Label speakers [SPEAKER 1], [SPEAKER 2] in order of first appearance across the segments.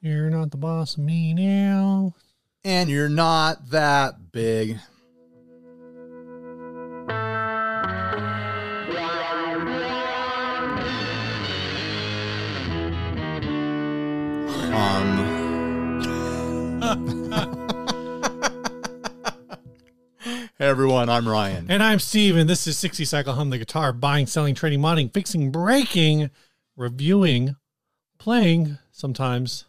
[SPEAKER 1] You're not the boss of me now.
[SPEAKER 2] And you're not that big. Um, hey everyone, I'm Ryan.
[SPEAKER 1] And I'm Steven. This is 60 Cycle Hum the Guitar, buying, selling, trading, modding, fixing, breaking, reviewing, playing, sometimes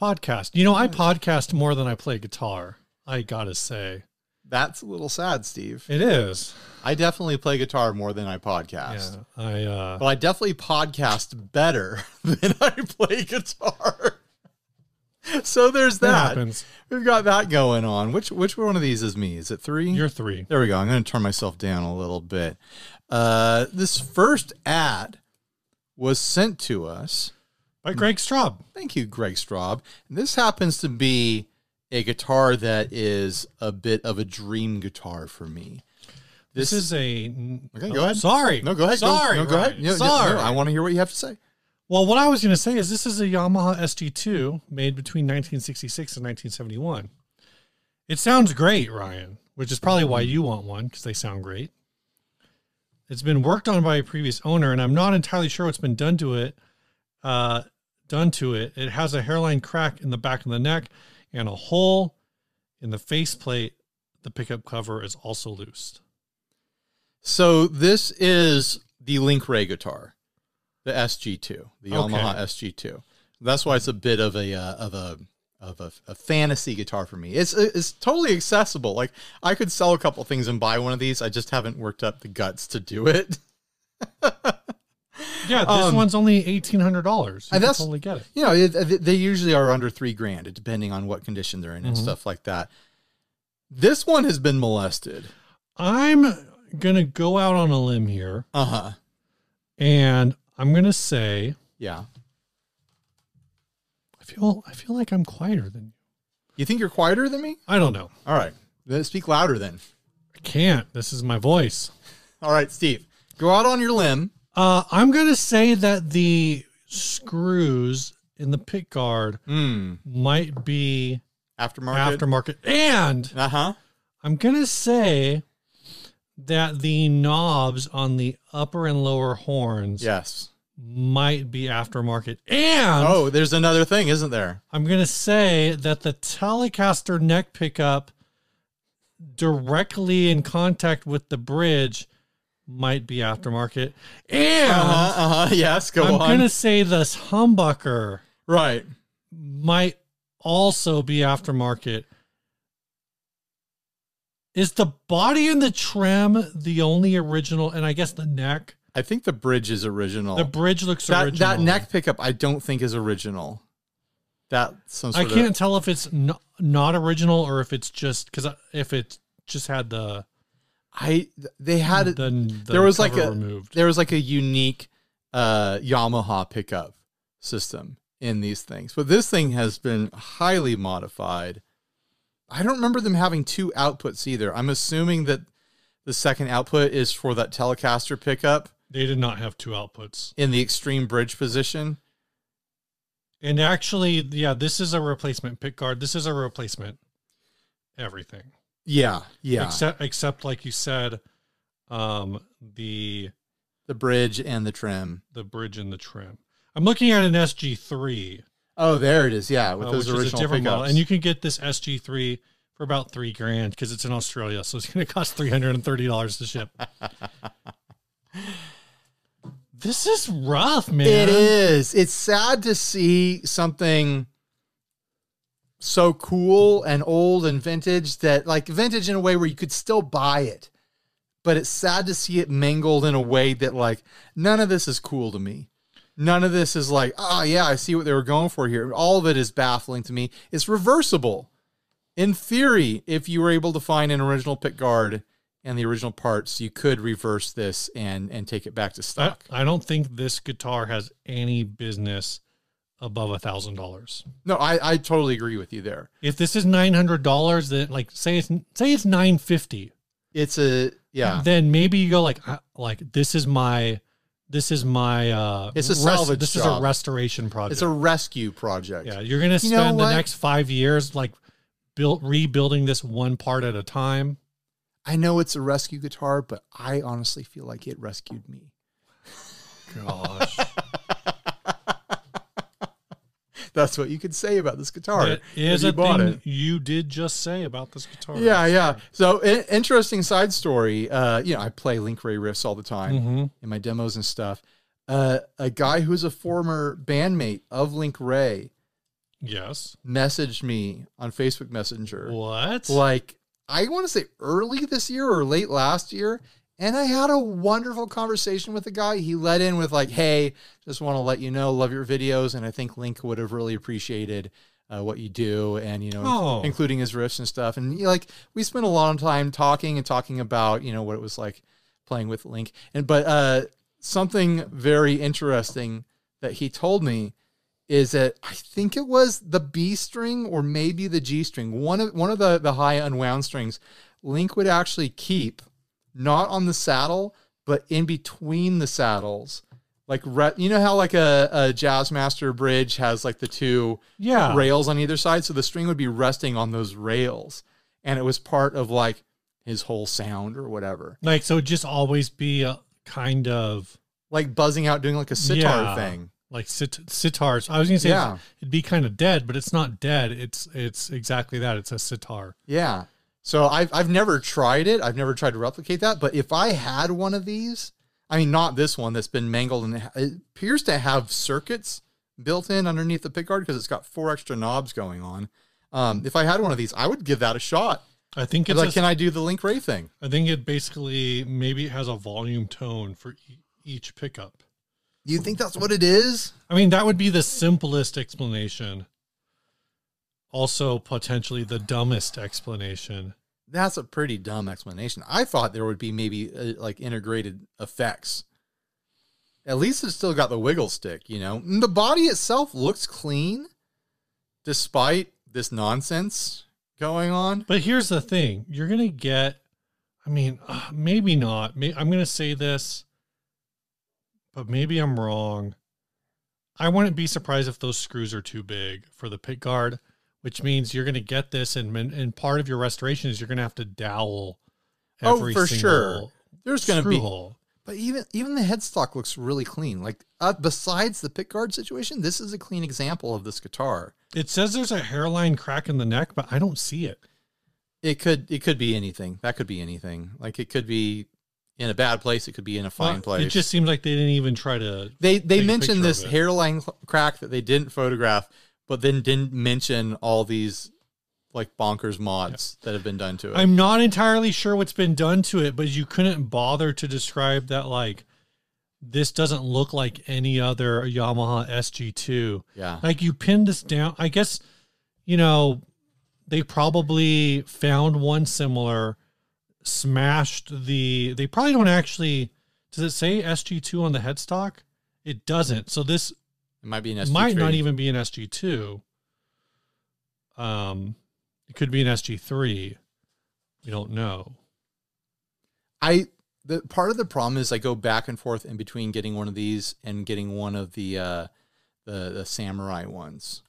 [SPEAKER 1] podcast. You know, I podcast more than I play guitar. I gotta say.
[SPEAKER 2] That's a little sad, Steve.
[SPEAKER 1] It is.
[SPEAKER 2] I definitely play guitar more than I podcast.
[SPEAKER 1] Yeah. I uh
[SPEAKER 2] But I definitely podcast better than I play guitar. So there's
[SPEAKER 1] that
[SPEAKER 2] that.
[SPEAKER 1] happens.
[SPEAKER 2] We've got that going on. Which which one of these is me? Is it 3?
[SPEAKER 1] You're three.
[SPEAKER 2] There we go. I'm going to turn myself down a little bit. Uh, this first ad was sent to us.
[SPEAKER 1] By Greg Straub.
[SPEAKER 2] Thank you, Greg Straub. And this happens to be a guitar that is a bit of a dream guitar for me.
[SPEAKER 1] This, is a
[SPEAKER 2] Okay, go ahead.
[SPEAKER 1] Sorry.
[SPEAKER 2] No, go ahead. Go-
[SPEAKER 1] Sorry.
[SPEAKER 2] no, go ahead.
[SPEAKER 1] Ryan.
[SPEAKER 2] Yeah, yeah,
[SPEAKER 1] Sorry.
[SPEAKER 2] no, I want to hear what you have to say.
[SPEAKER 1] Well, what I was going to say is this is a Yamaha ST2 made between 1966 and 1971. It sounds great, Ryan, which is probably why you want one because they sound great. It's been worked on by a previous owner, and I'm not entirely sure what's been done to it. Uh, done to it. It has a hairline crack in the back of the neck and a hole in the faceplate. The pickup cover is also loose.
[SPEAKER 2] So this is the Link Ray guitar, the SG2, the
[SPEAKER 1] Okay.
[SPEAKER 2] Yamaha SG2. That's why it's a bit of a uh, of a of a, a fantasy guitar for me. It's it's totally accessible. Like I could sell a couple things and buy one of these. I just haven't worked up the guts to do it.
[SPEAKER 1] Yeah, this
[SPEAKER 2] Um,
[SPEAKER 1] one's only eighteen hundred dollars. I
[SPEAKER 2] and that's-
[SPEAKER 1] totally get it.
[SPEAKER 2] You know, it, th- they usually are under three grand, depending on what condition they're in and
[SPEAKER 1] Mhm.
[SPEAKER 2] stuff like that. This one has been molested.
[SPEAKER 1] I'm gonna go out on a limb here,
[SPEAKER 2] Uh huh.
[SPEAKER 1] and I'm gonna say
[SPEAKER 2] Yeah.
[SPEAKER 1] I feel I feel like I'm quieter than you.
[SPEAKER 2] You think you're quieter than me?
[SPEAKER 1] I don't know.
[SPEAKER 2] All right. Then Speak louder then.
[SPEAKER 1] I can't. This is my voice.
[SPEAKER 2] All right, Steve. Go out on your limb.
[SPEAKER 1] Uh, I'm gonna say that the screws in the pick guard
[SPEAKER 2] Mm.
[SPEAKER 1] might be
[SPEAKER 2] Aftermarket.
[SPEAKER 1] aftermarket, and
[SPEAKER 2] uh huh.
[SPEAKER 1] I'm gonna say that the knobs on the upper and lower horns
[SPEAKER 2] Yes.
[SPEAKER 1] might be aftermarket, and
[SPEAKER 2] Oh, there's another thing, isn't there?
[SPEAKER 1] I'm going to say that the Telecaster neck pickup directly in contact with the bridge might be aftermarket. And
[SPEAKER 2] Uh huh. Uh huh. Yes. Go
[SPEAKER 1] I'm
[SPEAKER 2] on.
[SPEAKER 1] going to say this humbucker
[SPEAKER 2] Right.
[SPEAKER 1] might also be aftermarket. Is the body and the trim the only original? And I guess the neck.
[SPEAKER 2] I think the bridge is original.
[SPEAKER 1] The bridge looks
[SPEAKER 2] Oh. that
[SPEAKER 1] original.
[SPEAKER 2] that neck pickup, I don't think is original. That some
[SPEAKER 1] I
[SPEAKER 2] sort
[SPEAKER 1] can't
[SPEAKER 2] Of,
[SPEAKER 1] tell if it's no, not original or if it's just because if it just had the
[SPEAKER 2] I they had it.
[SPEAKER 1] the, the
[SPEAKER 2] there was like
[SPEAKER 1] cover
[SPEAKER 2] a-
[SPEAKER 1] removed.
[SPEAKER 2] there was like a unique uh, Yamaha pickup system in these things, but this thing has been highly modified. I don't remember them having two outputs either. I'm assuming that the second output is for that Telecaster pickup
[SPEAKER 1] They did not have two outputs.
[SPEAKER 2] in the extreme bridge position.
[SPEAKER 1] And actually, yeah, this is a replacement pick guard. This is a replacement everything.
[SPEAKER 2] Yeah, yeah.
[SPEAKER 1] Except except like you said, um the
[SPEAKER 2] the bridge and the trim.
[SPEAKER 1] the bridge and the trim. I'm looking at an SG3,
[SPEAKER 2] Oh, there it is. Yeah, with
[SPEAKER 1] uh,
[SPEAKER 2] those
[SPEAKER 1] which
[SPEAKER 2] original
[SPEAKER 1] is a different
[SPEAKER 2] pickups.
[SPEAKER 1] model, and you can get this SG3 for about three grand because it's in Australia, so it's going to cost three hundred and thirty dollars to ship. this is rough, man.
[SPEAKER 2] It is. It's sad to see something so cool and old and vintage that like vintage in a way where you could still buy it. But it's sad to see it mingled in a way that like none of this is cool to me. None of this is like, oh yeah, I see what they were going for here. All of it is baffling to me. It's reversible. In theory, if you were able to find an original pick guard and the original parts, you could reverse this and and take it back to
[SPEAKER 1] I,
[SPEAKER 2] stock.
[SPEAKER 1] I don't think this guitar has any business above a thousand dollars.
[SPEAKER 2] No, I, I totally agree with you there.
[SPEAKER 1] If this is nine hundred dollars, then like say it's say it's nine fifty,
[SPEAKER 2] It's a yeah.
[SPEAKER 1] then maybe you go like I- like this is my This is my. Uh,
[SPEAKER 2] It's a salvage
[SPEAKER 1] This is a
[SPEAKER 2] job.
[SPEAKER 1] restoration project.
[SPEAKER 2] It's a rescue project.
[SPEAKER 1] yeah, you're gonna
[SPEAKER 2] You
[SPEAKER 1] spend
[SPEAKER 2] know
[SPEAKER 1] the
[SPEAKER 2] what?
[SPEAKER 1] next five years like built rebuilding this one part at a time.
[SPEAKER 2] I know it's a rescue guitar, but I honestly feel like it rescued me.
[SPEAKER 1] Gosh,
[SPEAKER 2] That's what you could say about this guitar.
[SPEAKER 1] it
[SPEAKER 2] if
[SPEAKER 1] is
[SPEAKER 2] you
[SPEAKER 1] a
[SPEAKER 2] bought
[SPEAKER 1] thing
[SPEAKER 2] it.
[SPEAKER 1] you did just say about this guitar.
[SPEAKER 2] Yeah, yeah. So in- interesting side story. Uh, you know, I play Link Ray riffs all the time
[SPEAKER 1] hmm
[SPEAKER 2] in my demos and stuff. Uh, a guy who's a former bandmate of Link Ray
[SPEAKER 1] Yes.
[SPEAKER 2] messaged me on Facebook Messenger.
[SPEAKER 1] What?
[SPEAKER 2] like I want to say early this year or late last year. And I had a wonderful conversation with the guy. He let in with like, "Hey, just want to let you know, love your videos, and I think Link would have really appreciated uh, what you do, and you know,
[SPEAKER 1] Oh.
[SPEAKER 2] including his riffs and stuff." And you know, like, we spent a long time talking and talking about you know what it was like playing with Link, and but uh, something very interesting that he told me is that I think it was the B string or maybe the G string, one of one of the the high unwound strings. Link would actually keep not on the saddle, but in between the saddles. Like re- you know how like a, a jazz master bridge has like the two
[SPEAKER 1] Yeah.
[SPEAKER 2] rails on either side, so the string would be resting on those rails, and it was part of like his whole sound or whatever,
[SPEAKER 1] Like so, just always be a kind of
[SPEAKER 2] like buzzing out, doing like a sitar
[SPEAKER 1] Yeah.
[SPEAKER 2] thing.
[SPEAKER 1] like sit- sitars. I was gonna say
[SPEAKER 2] Yeah.
[SPEAKER 1] it'd be kind of dead, but it's not dead. It's it's exactly that. It's a sitar.
[SPEAKER 2] Yeah. So I've I've never tried it. I've never tried to replicate that. But if I had one of these, I mean, not this one that's been mangled and ha- it appears to have circuits built in underneath the pickguard because it's got four extra knobs going on. Um, if I had one of these, I would give that a shot.
[SPEAKER 1] I think
[SPEAKER 2] I'd
[SPEAKER 1] it's
[SPEAKER 2] be
[SPEAKER 1] a-
[SPEAKER 2] like, can I do the Link Ray thing?
[SPEAKER 1] I think it basically maybe it has a volume tone for e- each pickup.
[SPEAKER 2] Do you think that's what it is?
[SPEAKER 1] I mean, that would be the simplest explanation. Also, potentially the dumbest explanation.
[SPEAKER 2] That's a pretty dumb explanation. I thought there would be maybe uh, like integrated effects. At least it's still got the wiggle stick, you know. And the body itself looks clean despite this nonsense going on.
[SPEAKER 1] But here's the thing you're going to get, I mean, uh, maybe not. May- I'm going to say this, but maybe I'm wrong. I wouldn't be surprised if those screws are too big for the pick guard, which means you're going to get this. And, and part of your restoration is you're going to have to dowel
[SPEAKER 2] Oh,
[SPEAKER 1] every
[SPEAKER 2] for
[SPEAKER 1] single
[SPEAKER 2] sure. There's going to
[SPEAKER 1] screw
[SPEAKER 2] be
[SPEAKER 1] hole.
[SPEAKER 2] But even even the headstock looks really clean. Like uh, besides the pick guard situation, this is a clean example of this guitar.
[SPEAKER 1] It says there's a hairline crack in the neck, but I don't see it.
[SPEAKER 2] It could it could be anything. That could be anything. Like it could be in a bad place, it could be in a fine
[SPEAKER 1] Well,
[SPEAKER 2] place.
[SPEAKER 1] It just seems like they didn't even try to.
[SPEAKER 2] They they
[SPEAKER 1] take a picture
[SPEAKER 2] mentioned
[SPEAKER 1] of
[SPEAKER 2] this
[SPEAKER 1] it.
[SPEAKER 2] hairline cl- crack that they didn't photograph, but then didn't mention all these like bonkers mods that have been done to it.
[SPEAKER 1] I'm not entirely sure what's been done to it, but you couldn't bother to describe that. Like, this doesn't look like any other Yamaha SG2.
[SPEAKER 2] yeah,
[SPEAKER 1] Like, you pinned this down. I guess, you know, they probably found one similar, smashed the. They probably don't actually. Does it say SG2 on the headstock? It doesn't. So this
[SPEAKER 2] it might be an SG3.
[SPEAKER 1] might not even be an SG2. Um, it could be an SG3. We don't know.
[SPEAKER 2] I the part of the problem is I go back and forth in between getting one of these and getting one of the uh the the samurai ones.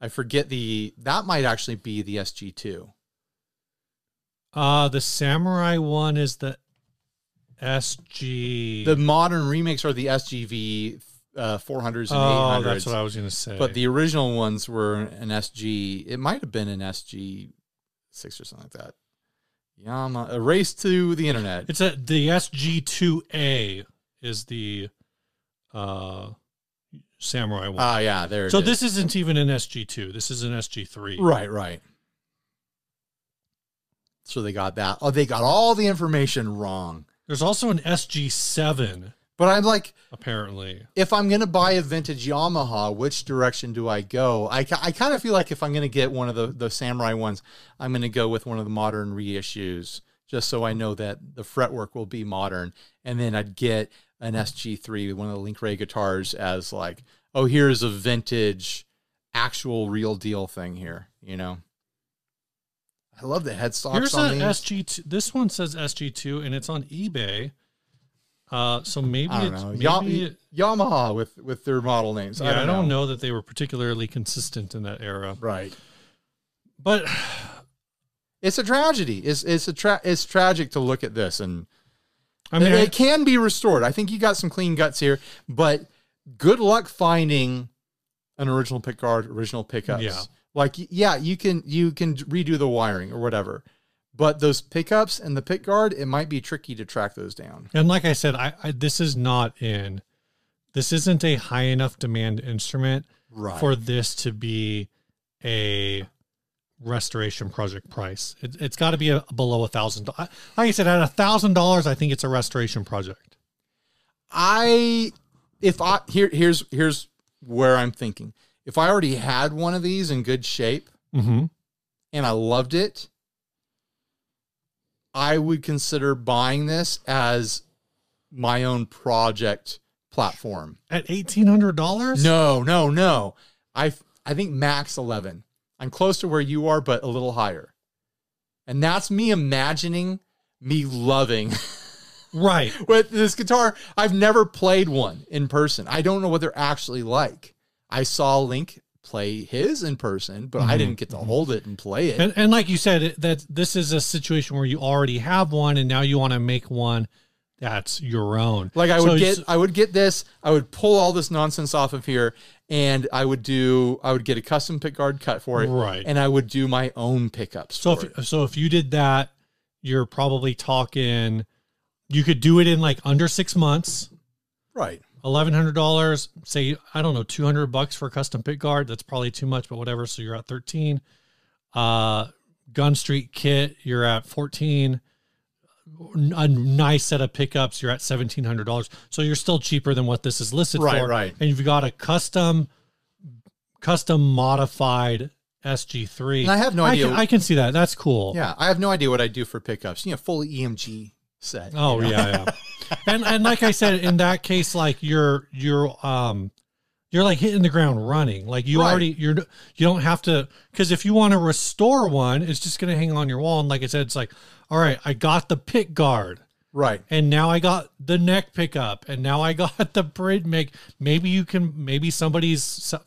[SPEAKER 2] I forget the that might actually be the SG2.
[SPEAKER 1] Uh the Samurai one is the SG.
[SPEAKER 2] The modern remakes are the SGV uh 400s and
[SPEAKER 1] oh,
[SPEAKER 2] 800s.
[SPEAKER 1] that's what I was gonna say.
[SPEAKER 2] But the original ones were an SG. It might have been an SG six or something like that. Yama, a race to the internet.
[SPEAKER 1] it's a the SG2A is the uh Samurai one.
[SPEAKER 2] Ah, yeah, there. it
[SPEAKER 1] so
[SPEAKER 2] is.
[SPEAKER 1] this isn't even an SG2. This is an SG3.
[SPEAKER 2] right, right. So they got that. Oh, they got all the information wrong.
[SPEAKER 1] There's also an SG7
[SPEAKER 2] But I'm like,
[SPEAKER 1] apparently.
[SPEAKER 2] if I'm gonna buy a vintage Yamaha, which direction do I go? I, ki- I kind of feel like if I'm gonna get one of the the samurai ones, I'm gonna go with one of the modern reissues, just so I know that the fretwork will be modern, and then I'd get an SG3, one of the Link Ray guitars, as like, oh, here's a vintage, actual real deal thing here, you know. I love the headstocks
[SPEAKER 1] Here's
[SPEAKER 2] on
[SPEAKER 1] an
[SPEAKER 2] these.
[SPEAKER 1] SG2. This one says SG2, and it's on eBay. Uh, so maybe
[SPEAKER 2] I don't
[SPEAKER 1] it's,
[SPEAKER 2] know.
[SPEAKER 1] maybe
[SPEAKER 2] Ya-
[SPEAKER 1] it-
[SPEAKER 2] Yamaha with with their model names.
[SPEAKER 1] yeah, I don't, know. that they were particularly consistent in that era.
[SPEAKER 2] Right.
[SPEAKER 1] But
[SPEAKER 2] It's a tragedy. It's it's a tra- it's tragic to look at this and
[SPEAKER 1] I mean,
[SPEAKER 2] it,
[SPEAKER 1] I-
[SPEAKER 2] it can be restored. I think you got some clean guts here, but good luck finding an original pickguard, original pickups.
[SPEAKER 1] Yeah.
[SPEAKER 2] Like y- yeah, you can you can redo the wiring or whatever. But those pickups and the pickguard, it might be tricky to track those down.
[SPEAKER 1] and like I said, I, I this is not in. This isn't a high enough demand instrument
[SPEAKER 2] Right.
[SPEAKER 1] for this to be a restoration project price. It, it's got to be a, below a thousand. Like I said, at a thousand dollars, I think it's a restoration project.
[SPEAKER 2] I if I here here's here's where I'm thinking. If I already had one of these in good shape
[SPEAKER 1] Mm-hmm.
[SPEAKER 2] and I loved it, I would consider buying this as my own project platform.
[SPEAKER 1] At eighteen hundred dollars,
[SPEAKER 2] No, no, no. I I think max 11. I'm close to where you are but a little higher. And that's me imagining me loving
[SPEAKER 1] right?
[SPEAKER 2] with this guitar. I've never played one in person. I don't know what they're actually like. I saw Link play his in person, but I
[SPEAKER 1] Mhm,
[SPEAKER 2] didn't get to hold it and play it.
[SPEAKER 1] And, and like you said, it- that this is a situation where you already have one, and now you want to make one that's your own.
[SPEAKER 2] like I would
[SPEAKER 1] So
[SPEAKER 2] get
[SPEAKER 1] it's-
[SPEAKER 2] I would get this, I would pull all this nonsense off of here and I would do I would get a custom pickguard cut for it
[SPEAKER 1] right.
[SPEAKER 2] and I would do my own pickups.
[SPEAKER 1] so
[SPEAKER 2] for it.
[SPEAKER 1] if so, if you did that, you're probably talking. You could do it in like under six months.
[SPEAKER 2] right.
[SPEAKER 1] Eleven hundred dollars, say I don't know, two hundred bucks for a custom pick guard. That's probably too much, but whatever. So you're at thirteen. Uh, Gun Street kit, you're at fourteen. A nice set of pickups, you're at seventeen hundred dollars. So you're still cheaper than what this is listed
[SPEAKER 2] Right,
[SPEAKER 1] for.
[SPEAKER 2] right.
[SPEAKER 1] And you've got a custom, custom modified SG
[SPEAKER 2] And I
[SPEAKER 1] three.
[SPEAKER 2] have no
[SPEAKER 1] I
[SPEAKER 2] idea.
[SPEAKER 1] can, I can see that. That's cool.
[SPEAKER 2] yeah, I have no idea what I do for pickups. You know, full EMG set. you
[SPEAKER 1] Oh
[SPEAKER 2] know?
[SPEAKER 1] yeah, yeah. and and like I said, in that case, like you're you're um you're like hitting the ground running. Like you
[SPEAKER 2] Right.
[SPEAKER 1] already you're you don't have to because if you want to restore one, it's just gonna hang on your wall. And like I said, it's like all right, I got the pick guard.
[SPEAKER 2] Right.
[SPEAKER 1] And now I got the neck pickup, and now I got the bridge make. Maybe you can, maybe somebody's, se-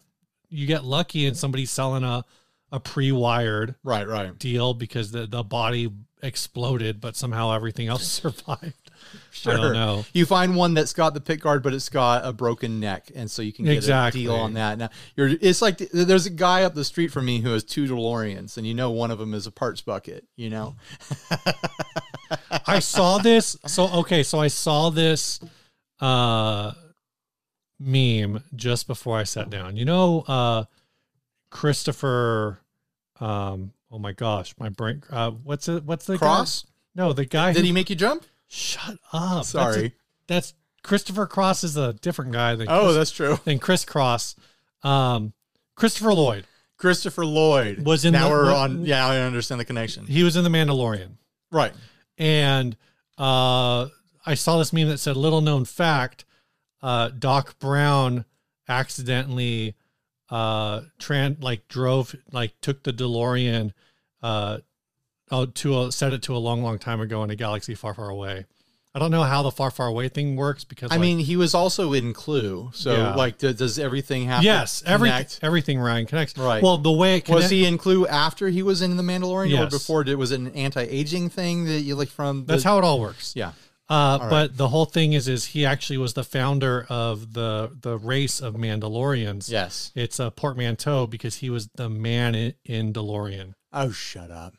[SPEAKER 1] you get lucky and somebody's selling a, a pre-wired
[SPEAKER 2] Right, right.
[SPEAKER 1] deal because the, the body exploded, but somehow everything else survived.
[SPEAKER 2] Sure.
[SPEAKER 1] I don't know.
[SPEAKER 2] You find one that's got the pick guard, but it's got a broken neck, and so you can get
[SPEAKER 1] Exactly.
[SPEAKER 2] a deal on that. Now, you're it's like th- there's a guy up the street from me who has two DeLoreans, and you know one of them is a parts bucket. You know,
[SPEAKER 1] I saw this. So okay, so I saw this uh meme just before I sat down. You know, uh Christopher um oh my gosh, my brain uh what's it what's the guy-
[SPEAKER 2] Cross.
[SPEAKER 1] No, the guy
[SPEAKER 2] Did
[SPEAKER 1] who-
[SPEAKER 2] he make you jump?
[SPEAKER 1] shut up. That's a-
[SPEAKER 2] Sorry.
[SPEAKER 1] That's, Christopher Cross is a different guy than
[SPEAKER 2] Oh,
[SPEAKER 1] Chris,
[SPEAKER 2] that's true.
[SPEAKER 1] than Chris Cross. Um Christopher Lloyd.
[SPEAKER 2] Christopher Lloyd
[SPEAKER 1] Was in
[SPEAKER 2] Now
[SPEAKER 1] the-
[SPEAKER 2] we're
[SPEAKER 1] wa-
[SPEAKER 2] on. Yeah, I understand the connection.
[SPEAKER 1] He was in The Mandalorian.
[SPEAKER 2] Right.
[SPEAKER 1] and uh, I saw this meme that said, "Little known fact: uh, Doc Brown accidentally uh, tran like drove like took the DeLorean uh, out to a set it to a long, long time ago in a galaxy far, far away." I don't know how the far, far away thing works because
[SPEAKER 2] I
[SPEAKER 1] like,
[SPEAKER 2] mean, he was also in Clue. So,
[SPEAKER 1] Yeah.
[SPEAKER 2] like, do, does everything happen?
[SPEAKER 1] yes, every
[SPEAKER 2] connect?
[SPEAKER 1] everything Ryan connects.
[SPEAKER 2] Right.
[SPEAKER 1] Well, the way it connects,
[SPEAKER 2] Was he in Clue after he was in The Mandalorian, or
[SPEAKER 1] Yes.
[SPEAKER 2] before? Did, was it an anti-aging thing that you like from? The,
[SPEAKER 1] that's how it all works.
[SPEAKER 2] Yeah.
[SPEAKER 1] Uh, But the whole thing is, is he actually was the founder of the the race of Mandalorians.
[SPEAKER 2] Yes.
[SPEAKER 1] It's a portmanteau because he was the man in, in DeLorean.
[SPEAKER 2] Oh, shut up.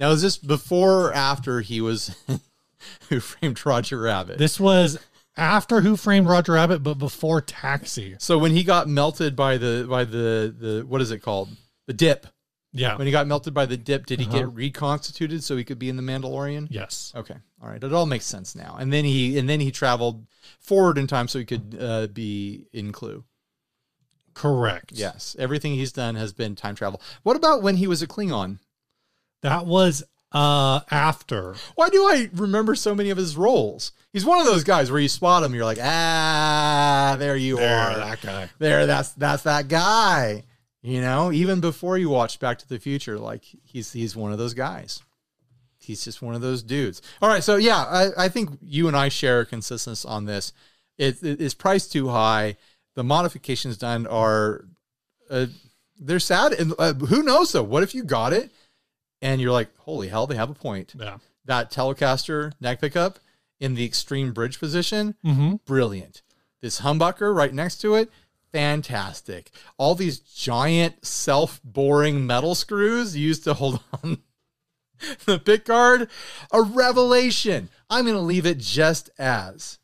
[SPEAKER 2] Now, is this before or after he was who framed Roger Rabbit?
[SPEAKER 1] This was after Who Framed Roger Rabbit, but before Taxi.
[SPEAKER 2] so when he got melted by the by the the what is it called the dip?
[SPEAKER 1] Yeah.
[SPEAKER 2] When he got melted by the dip, did he
[SPEAKER 1] Uh-huh.
[SPEAKER 2] get reconstituted so he could be in the Mandalorian?
[SPEAKER 1] Yes.
[SPEAKER 2] Okay, all right, it all makes sense now. And then he and then he traveled forward in time so he could uh, be in Clue.
[SPEAKER 1] Correct.
[SPEAKER 2] Yes, everything he's done has been time travel. What about when he was a Klingon?
[SPEAKER 1] That was uh after.
[SPEAKER 2] Why do I remember so many of his roles? He's one of those guys where you spot him, you're like, ah, there you are,
[SPEAKER 1] guy.
[SPEAKER 2] there, that's that's that guy. You know, even before you watch Back to the Future, like he's he's one of those guys. he's just one of those dudes. All right, so yeah, I, I think you and I share a consensus on this. It, it- it's priced too high. The modifications done are, uh, they're sad. And uh, who knows though? What if you got it, and you're like, holy hell, they have a point.
[SPEAKER 1] Yeah.
[SPEAKER 2] That Telecaster neck pickup in the extreme bridge position,
[SPEAKER 1] Mm-hmm.
[SPEAKER 2] brilliant. This humbucker right next to it, fantastic. All these giant self boring metal screws used to hold on the pick guard, a revelation. I'm going to leave it just as.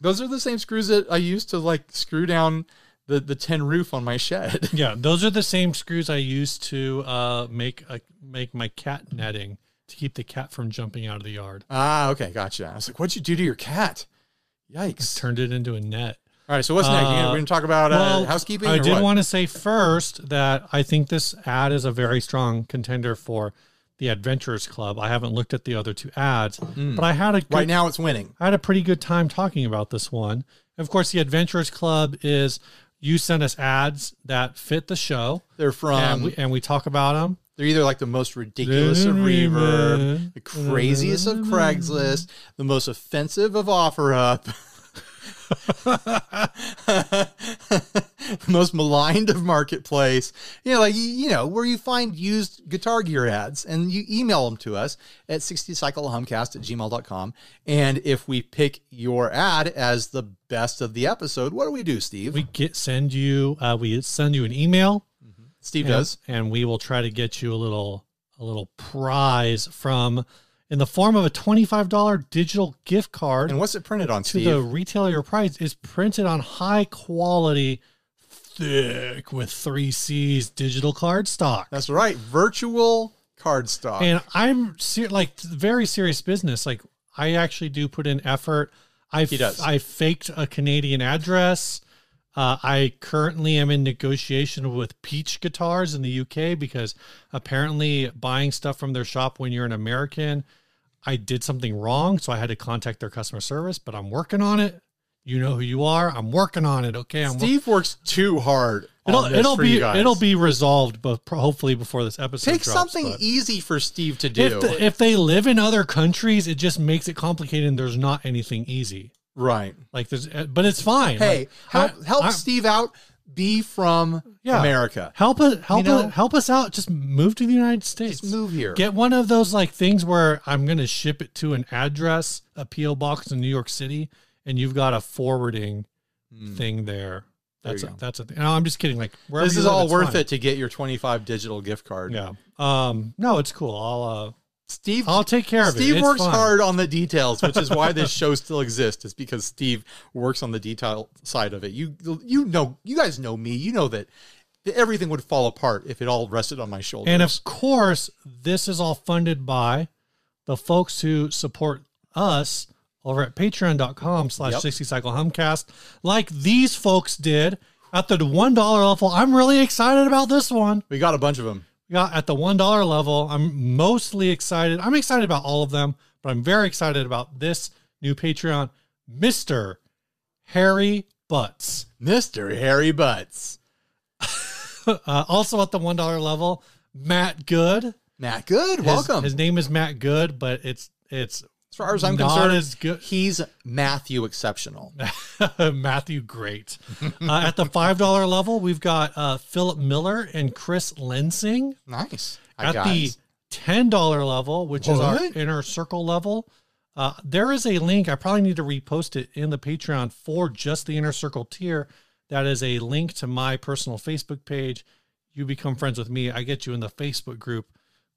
[SPEAKER 2] Those are the same screws that I used to like screw down the, the tin roof on my shed.
[SPEAKER 1] Yeah, those are the same screws I used to uh, make a, make my cat netting to keep the cat from jumping out of the yard.
[SPEAKER 2] ah, okay, gotcha. I was like, what'd you do to your cat? Yikes.
[SPEAKER 1] Turned it into a net.
[SPEAKER 2] All right, so what's next? You
[SPEAKER 1] Uh,
[SPEAKER 2] We're going to talk about
[SPEAKER 1] well,
[SPEAKER 2] uh, housekeeping?
[SPEAKER 1] I
[SPEAKER 2] or
[SPEAKER 1] did
[SPEAKER 2] what?
[SPEAKER 1] want to say first that I think this ad is a very strong contender for the Adventurers Club. I haven't looked at the other two ads, but I had a good,
[SPEAKER 2] Hmm. right now it's winning.
[SPEAKER 1] I had a pretty good time talking about this one. Of course, the Adventurers Club is you send us ads that fit the show,
[SPEAKER 2] They're from
[SPEAKER 1] and, we, and we talk about them.
[SPEAKER 2] They're either like the most ridiculous of Reverb, the craziest of Craigslist, the most offensive of OfferUp, the most maligned of Marketplace. You know, like, you know, where you find used guitar gear ads and you email them to us at 60cyclehumcast at gmail.com. And if we pick your ad as the best of the episode, what do we do, Steve?
[SPEAKER 1] We get send you uh, we send you an email,
[SPEAKER 2] Steve
[SPEAKER 1] and,
[SPEAKER 2] does.
[SPEAKER 1] and we will try to get you a little a little prize from in the form of a twenty five dollar digital gift card
[SPEAKER 2] And what's it printed on,
[SPEAKER 1] to
[SPEAKER 2] Steve?
[SPEAKER 1] the retailer your price is printed on high quality, thick with three C's digital card stock.
[SPEAKER 2] That's right. Virtual cardstock.
[SPEAKER 1] and I'm ser- like very serious business. Like I actually do put in effort. I
[SPEAKER 2] He does.
[SPEAKER 1] I faked a Canadian address. Uh, I currently am in negotiation with Peach Guitars in the UK because apparently buying stuff from their shop when you're an American, I did something wrong, so I had to contact their customer service. But I'm working on it. You know who you are. I'm working on it. Okay, I'm.
[SPEAKER 2] Steve works too hard. on
[SPEAKER 1] it'll
[SPEAKER 2] this
[SPEAKER 1] it'll
[SPEAKER 2] for
[SPEAKER 1] be
[SPEAKER 2] you guys.
[SPEAKER 1] it'll be resolved, but pro- hopefully before this episode.
[SPEAKER 2] Pick
[SPEAKER 1] drops,
[SPEAKER 2] something
[SPEAKER 1] but-
[SPEAKER 2] easy for Steve to do.
[SPEAKER 1] if, the, if they live in other countries, it just makes it complicated and there's not anything easy.
[SPEAKER 2] right.
[SPEAKER 1] Like there's, uh, but it's fine.
[SPEAKER 2] Hey,
[SPEAKER 1] Like,
[SPEAKER 2] help,
[SPEAKER 1] I-
[SPEAKER 2] help
[SPEAKER 1] I-
[SPEAKER 2] Steve out. Be from
[SPEAKER 1] Yeah.
[SPEAKER 2] America.
[SPEAKER 1] help us, help
[SPEAKER 2] You know-
[SPEAKER 1] us, help us out. Just move to the United States.
[SPEAKER 2] Just move here.
[SPEAKER 1] Get one of those like things where I'm gonna ship it to an address, a PO box in New York City, and you've got a forwarding thing there. That's
[SPEAKER 2] Hmm. you
[SPEAKER 1] a,
[SPEAKER 2] go.
[SPEAKER 1] that's a thing. No, I'm just kidding. Like wherever
[SPEAKER 2] this
[SPEAKER 1] you
[SPEAKER 2] is
[SPEAKER 1] live,
[SPEAKER 2] all
[SPEAKER 1] it's
[SPEAKER 2] worth
[SPEAKER 1] fine.
[SPEAKER 2] it to get your 25 digital gift card.
[SPEAKER 1] Yeah. Um. No, it's cool. I'll uh.
[SPEAKER 2] Steve
[SPEAKER 1] I'll take care of it.
[SPEAKER 2] Steve
[SPEAKER 1] It's
[SPEAKER 2] works
[SPEAKER 1] fine.
[SPEAKER 2] hard on the details, which is why this show still exists. Is because Steve works on the detail side of it. You you know you guys know me. You know that everything would fall apart if it all rested on my shoulders.
[SPEAKER 1] And of course, this is all funded by the folks who support us over at patreon.com slash
[SPEAKER 2] Yep.
[SPEAKER 1] 60 cycle humcast, like these folks did at the $1 level. I'm really excited about this one.
[SPEAKER 2] we got a bunch of them.
[SPEAKER 1] Yeah, at the $1 level, I'm mostly excited. I'm excited about all of them, but I'm very excited about this new Patreon, Mr. Harry Butts.
[SPEAKER 2] Mr. Harry Butts.
[SPEAKER 1] Uh, also at the $1 level, Matt Good.
[SPEAKER 2] Matt Good,
[SPEAKER 1] His-
[SPEAKER 2] welcome.
[SPEAKER 1] His name is Matt Good, but it's it's
[SPEAKER 2] as far as I'm
[SPEAKER 1] not
[SPEAKER 2] concerned,
[SPEAKER 1] as good.
[SPEAKER 2] he's Matthew exceptional.
[SPEAKER 1] Matthew Great. Uh, at the five dollar level, we've got uh, Philip Miller and Chris Lensing.
[SPEAKER 2] Nice. I
[SPEAKER 1] At
[SPEAKER 2] got
[SPEAKER 1] the ten dollar level, which is our
[SPEAKER 2] What?
[SPEAKER 1] inner circle level, uh, there is a link. I probably need to repost it in the Patreon for just the inner circle tier. That is a link to my personal Facebook page. You become friends with me. I get you in the Facebook group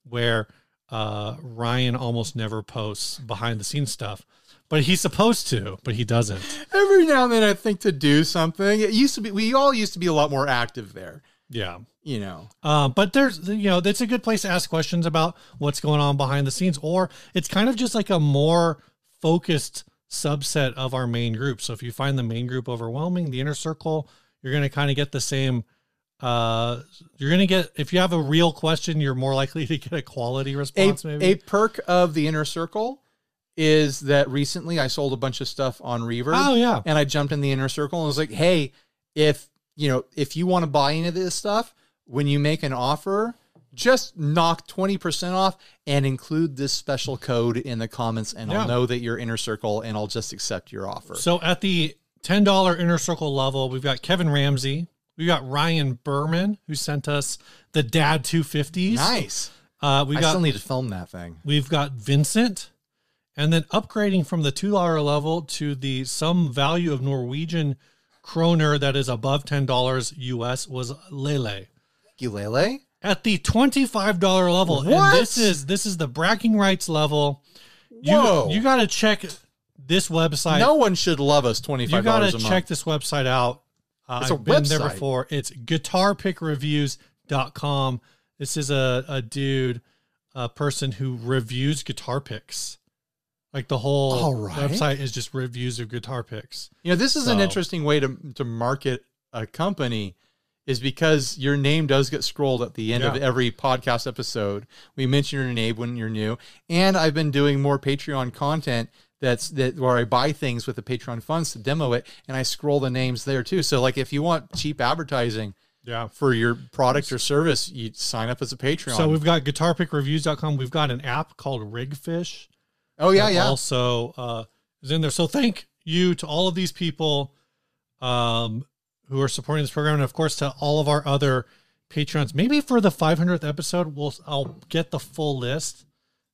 [SPEAKER 1] where uh, Ryan almost never posts behind the scenes stuff, but he's supposed to, but he doesn't.
[SPEAKER 2] Every now and then I think to do something. It used to be we all used to be a lot more active there,
[SPEAKER 1] Yeah.
[SPEAKER 2] you know.
[SPEAKER 1] Um, but there's, you know, it's a good place to ask questions about what's going on behind the scenes, or it's kind of just like a more focused subset of our main group. So if you find the main group overwhelming, the inner circle, you're going to kind of get the same. Uh, you're going to get, if you have a real question, you're more likely to get a quality
[SPEAKER 2] A,
[SPEAKER 1] response, maybe.
[SPEAKER 2] a perk of the inner circle is that recently I sold a bunch of stuff on Reverb
[SPEAKER 1] oh, yeah.
[SPEAKER 2] and I jumped in the inner circle and was like, "Hey, if, you know, if you want to buy any of this stuff, when you make an offer, just knock 20% off and include this special code in the comments and
[SPEAKER 1] Yeah.
[SPEAKER 2] I'll know that you're inner circle and I'll just accept your offer.
[SPEAKER 1] So at the ten dollar inner circle level, we've got Kevin Ramsey, we got Ryan Berman who sent us the Dad two fifties.
[SPEAKER 2] nice.
[SPEAKER 1] Uh, we
[SPEAKER 2] I
[SPEAKER 1] got
[SPEAKER 2] still need to film that thing.
[SPEAKER 1] we've got Vincent, and then upgrading from the two dollar level to the some value of Norwegian kroner that is above ten dollars US was Lele.
[SPEAKER 2] Gulele?
[SPEAKER 1] At the twenty-five dollar level,
[SPEAKER 2] What?
[SPEAKER 1] and this is this is the bragging rights level.
[SPEAKER 2] Whoa.
[SPEAKER 1] You you got to check this website.
[SPEAKER 2] no one should love us $25
[SPEAKER 1] you got
[SPEAKER 2] a
[SPEAKER 1] to
[SPEAKER 2] month.
[SPEAKER 1] check this website out. Uh,
[SPEAKER 2] uh, It's a
[SPEAKER 1] I've been there
[SPEAKER 2] website.
[SPEAKER 1] before. It's guitarpickreviews.com. This is a, a dude, a person who reviews guitar picks. Like the whole
[SPEAKER 2] All right.
[SPEAKER 1] website is just reviews of guitar picks.
[SPEAKER 2] You know, this is an
[SPEAKER 1] So-
[SPEAKER 2] interesting way to to market a company is because your name does get scrolled at the end of
[SPEAKER 1] Yeah.
[SPEAKER 2] every podcast episode. We mention your name when you're new, and I've been doing more Patreon content that's that where I buy things with the Patreon funds to demo it, and I scroll the names there too. So, like, if you want cheap advertising
[SPEAKER 1] Yeah.
[SPEAKER 2] for your product or service, you sign up as a Patreon.
[SPEAKER 1] So we've got guitarpickreviews.com. We've got an app called Rigfish.
[SPEAKER 2] oh yeah,
[SPEAKER 1] that
[SPEAKER 2] yeah,
[SPEAKER 1] Also uh, is in there. So thank you to all of these people um, who are supporting this program, and of course to all of our other patrons. Maybe for the 500th episode, we'll I'll get the full list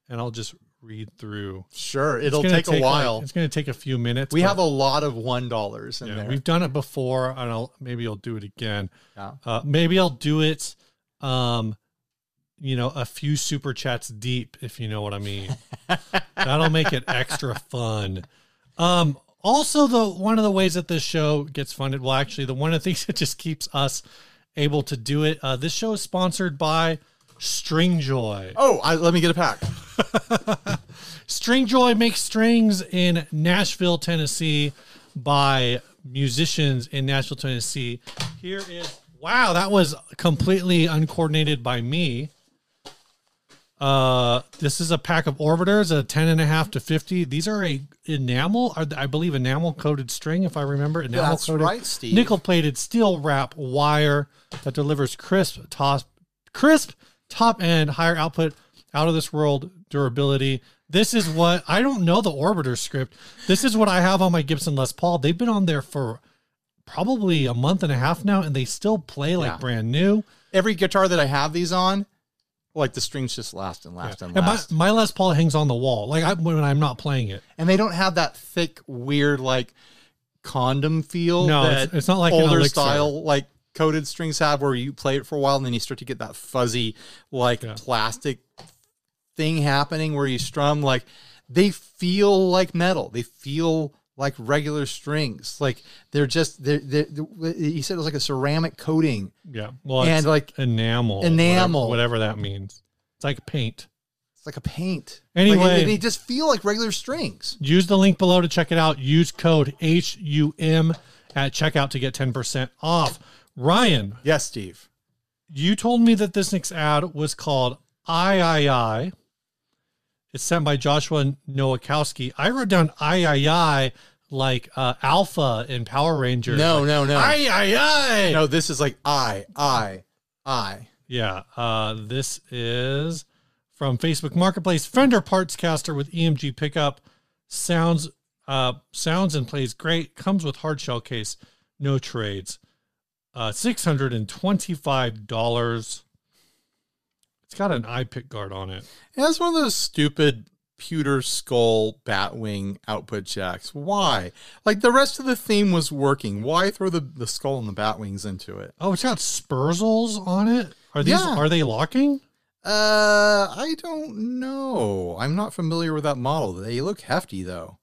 [SPEAKER 1] and I'll just read through.
[SPEAKER 2] sure. It'll
[SPEAKER 1] It's gonna
[SPEAKER 2] take, a
[SPEAKER 1] like-
[SPEAKER 2] while.
[SPEAKER 1] it's going to take a few minutes.
[SPEAKER 2] we
[SPEAKER 1] but-
[SPEAKER 2] have a lot of one dollars in
[SPEAKER 1] yeah,
[SPEAKER 2] there.
[SPEAKER 1] We've done it before, and I'll maybe I'll do it again.
[SPEAKER 2] Yeah.
[SPEAKER 1] Uh, maybe I'll do it. Um, you know, a few super chats deep, if you know what I mean. That'll make it extra fun. Um, also, the one of the ways that this show gets funded, well, actually, the one of the things that just keeps us able to do it. Uh, this show is sponsored by Stringjoy.
[SPEAKER 2] Oh, I, let me get a pack.
[SPEAKER 1] Stringjoy makes strings in Nashville, Tennessee by musicians in Nashville, Tennessee. Here is wow, that was completely uncoordinated by me. Uh, this is a pack of orbiters, a 10 and a half to 50. These are a enamel, are I believe enamel coated string, if I remember. Enamel
[SPEAKER 2] That's right, Steve.
[SPEAKER 1] Nickel plated steel wrap wire that delivers crisp top, crisp top end, higher output, out of this world durability. This is what I don't know the orbiter script. This is what I have on my Gibson Les Paul. They've been on there for probably a month and a half now, and they still play like
[SPEAKER 2] Yeah.
[SPEAKER 1] brand new.
[SPEAKER 2] every guitar that I have these on, like the strings just last and last and
[SPEAKER 1] And my,
[SPEAKER 2] last.
[SPEAKER 1] my Les Paul hangs on the wall, like I, when I'm not playing it.
[SPEAKER 2] and they don't have that thick, weird, like condom feel.
[SPEAKER 1] No,
[SPEAKER 2] that
[SPEAKER 1] it's- it's not like an
[SPEAKER 2] older
[SPEAKER 1] elixir.
[SPEAKER 2] style, like coated strings have, where you play it for a while and then you start to get that fuzzy, like
[SPEAKER 1] Yeah.
[SPEAKER 2] plastic thing happening where you strum. Like they feel like metal. They feel like regular strings. Like they're just they're, they're, you said it was like a ceramic coating
[SPEAKER 1] Yeah, well,
[SPEAKER 2] and
[SPEAKER 1] it's
[SPEAKER 2] like
[SPEAKER 1] enamel, whatever-
[SPEAKER 2] Enamel.
[SPEAKER 1] whatever, that means. It's like paint.
[SPEAKER 2] it's like a paint.
[SPEAKER 1] Anyway.
[SPEAKER 2] like, they just feel like regular strings.
[SPEAKER 1] Use the link below to check it out. Use code HUM at checkout to get 10% off. Ryan,
[SPEAKER 2] Yes, Steve.
[SPEAKER 1] you told me that this next ad was called I I I. It's sent by Joshua Nowakowski. I wrote down I I I like uh, Alpha in Power Rangers.
[SPEAKER 2] No, no, no.
[SPEAKER 1] I I I.
[SPEAKER 2] no, this is like I, I, I.
[SPEAKER 1] Yeah. Uh, this is from Facebook Marketplace Fender Parts Caster with EMG pickup. Sounds uh, sounds and plays great. Comes with hard shell case, no trades. Uh, six hundred and twenty five dollars. It's got an eye pick guard on it.
[SPEAKER 2] And that's one of those stupid pewter skull batwing output jacks. Why? Like the rest of the theme was working. Why throw the, the skull and the batwings into it?
[SPEAKER 1] Oh, it's got spurzels on it. Are these
[SPEAKER 2] Yeah.
[SPEAKER 1] are they locking?
[SPEAKER 2] Uh, I don't know. I'm not familiar with that model. They look hefty though.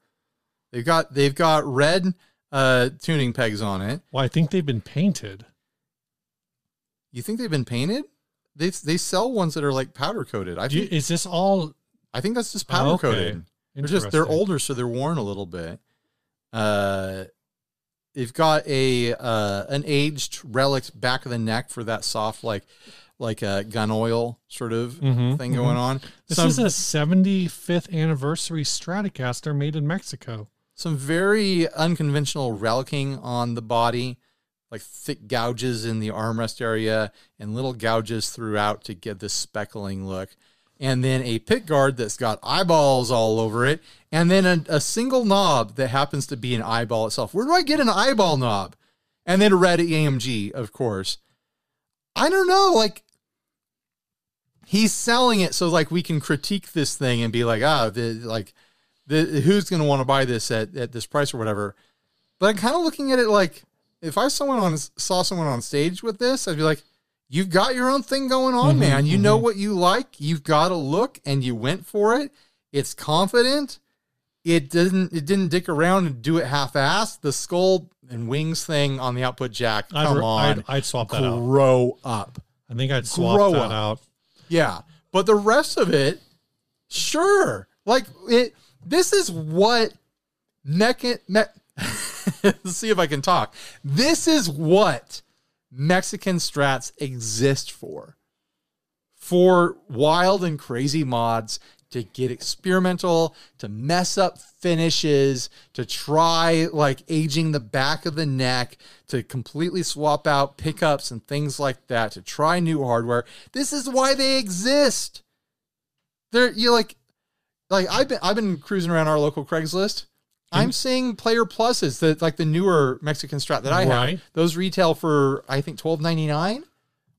[SPEAKER 2] They've got they've got red uh tuning pegs on it.
[SPEAKER 1] Well, I think they've been painted.
[SPEAKER 2] You think they've been painted? They they sell ones that are like powder coated. I
[SPEAKER 1] Do you-
[SPEAKER 2] think,
[SPEAKER 1] is this all
[SPEAKER 2] I think that's just powder
[SPEAKER 1] okay.
[SPEAKER 2] coated. They're just they're
[SPEAKER 1] interesting.
[SPEAKER 2] older, so they're worn a little bit. Uh, they've got a uh, an aged relic back of the neck for that soft like like a gun oil sort of
[SPEAKER 1] Mhm,
[SPEAKER 2] thing going on.
[SPEAKER 1] This
[SPEAKER 2] some
[SPEAKER 1] is a 75th anniversary Stratocaster made in Mexico.
[SPEAKER 2] some very unconventional relicing on the body like thick gouges in the armrest area and little gouges throughout to get this speckling look. And then a pit guard that's got eyeballs all over it. And then a, a single knob that happens to be an eyeball itself. Where do I get an eyeball knob? And then a red AMG, of course. I don't know. Like, he's selling it so like we can critique this thing and be like, ah, the, like, the, who's going to want to buy this at, at this price or whatever. But I'm kind of looking at it like, if I someone on saw someone on stage with this, I'd be like, "You've got your own thing going on,
[SPEAKER 1] Mhm,
[SPEAKER 2] man. You know
[SPEAKER 1] mhm.
[SPEAKER 2] what you like. You've got a look, and you went for it. It's confident. It didn't. It didn't dick around and do it half-assed. The skull and wings thing on the output jack.
[SPEAKER 1] I'd,
[SPEAKER 2] Come
[SPEAKER 1] I'd,
[SPEAKER 2] on,
[SPEAKER 1] I'd swap that out.
[SPEAKER 2] grow up.
[SPEAKER 1] I think I'd swap
[SPEAKER 2] grow
[SPEAKER 1] that
[SPEAKER 2] up.
[SPEAKER 1] out.
[SPEAKER 2] Yeah, but the rest of it, sure. Like it. This is what Mecan. Me- Let's see if I can talk. This is what Mexican strats exist for. For wild and crazy mods to get experimental, to mess up finishes, to try like aging the back of the neck, to completely swap out pickups and things like that, to try new hardware. This is why they exist. They're you like like I've been I've been cruising around our local Craigslist. I'm seeing player pluses that like the newer Mexican strat that I
[SPEAKER 1] Right.
[SPEAKER 2] have. Those retail for I think twelve ninety nine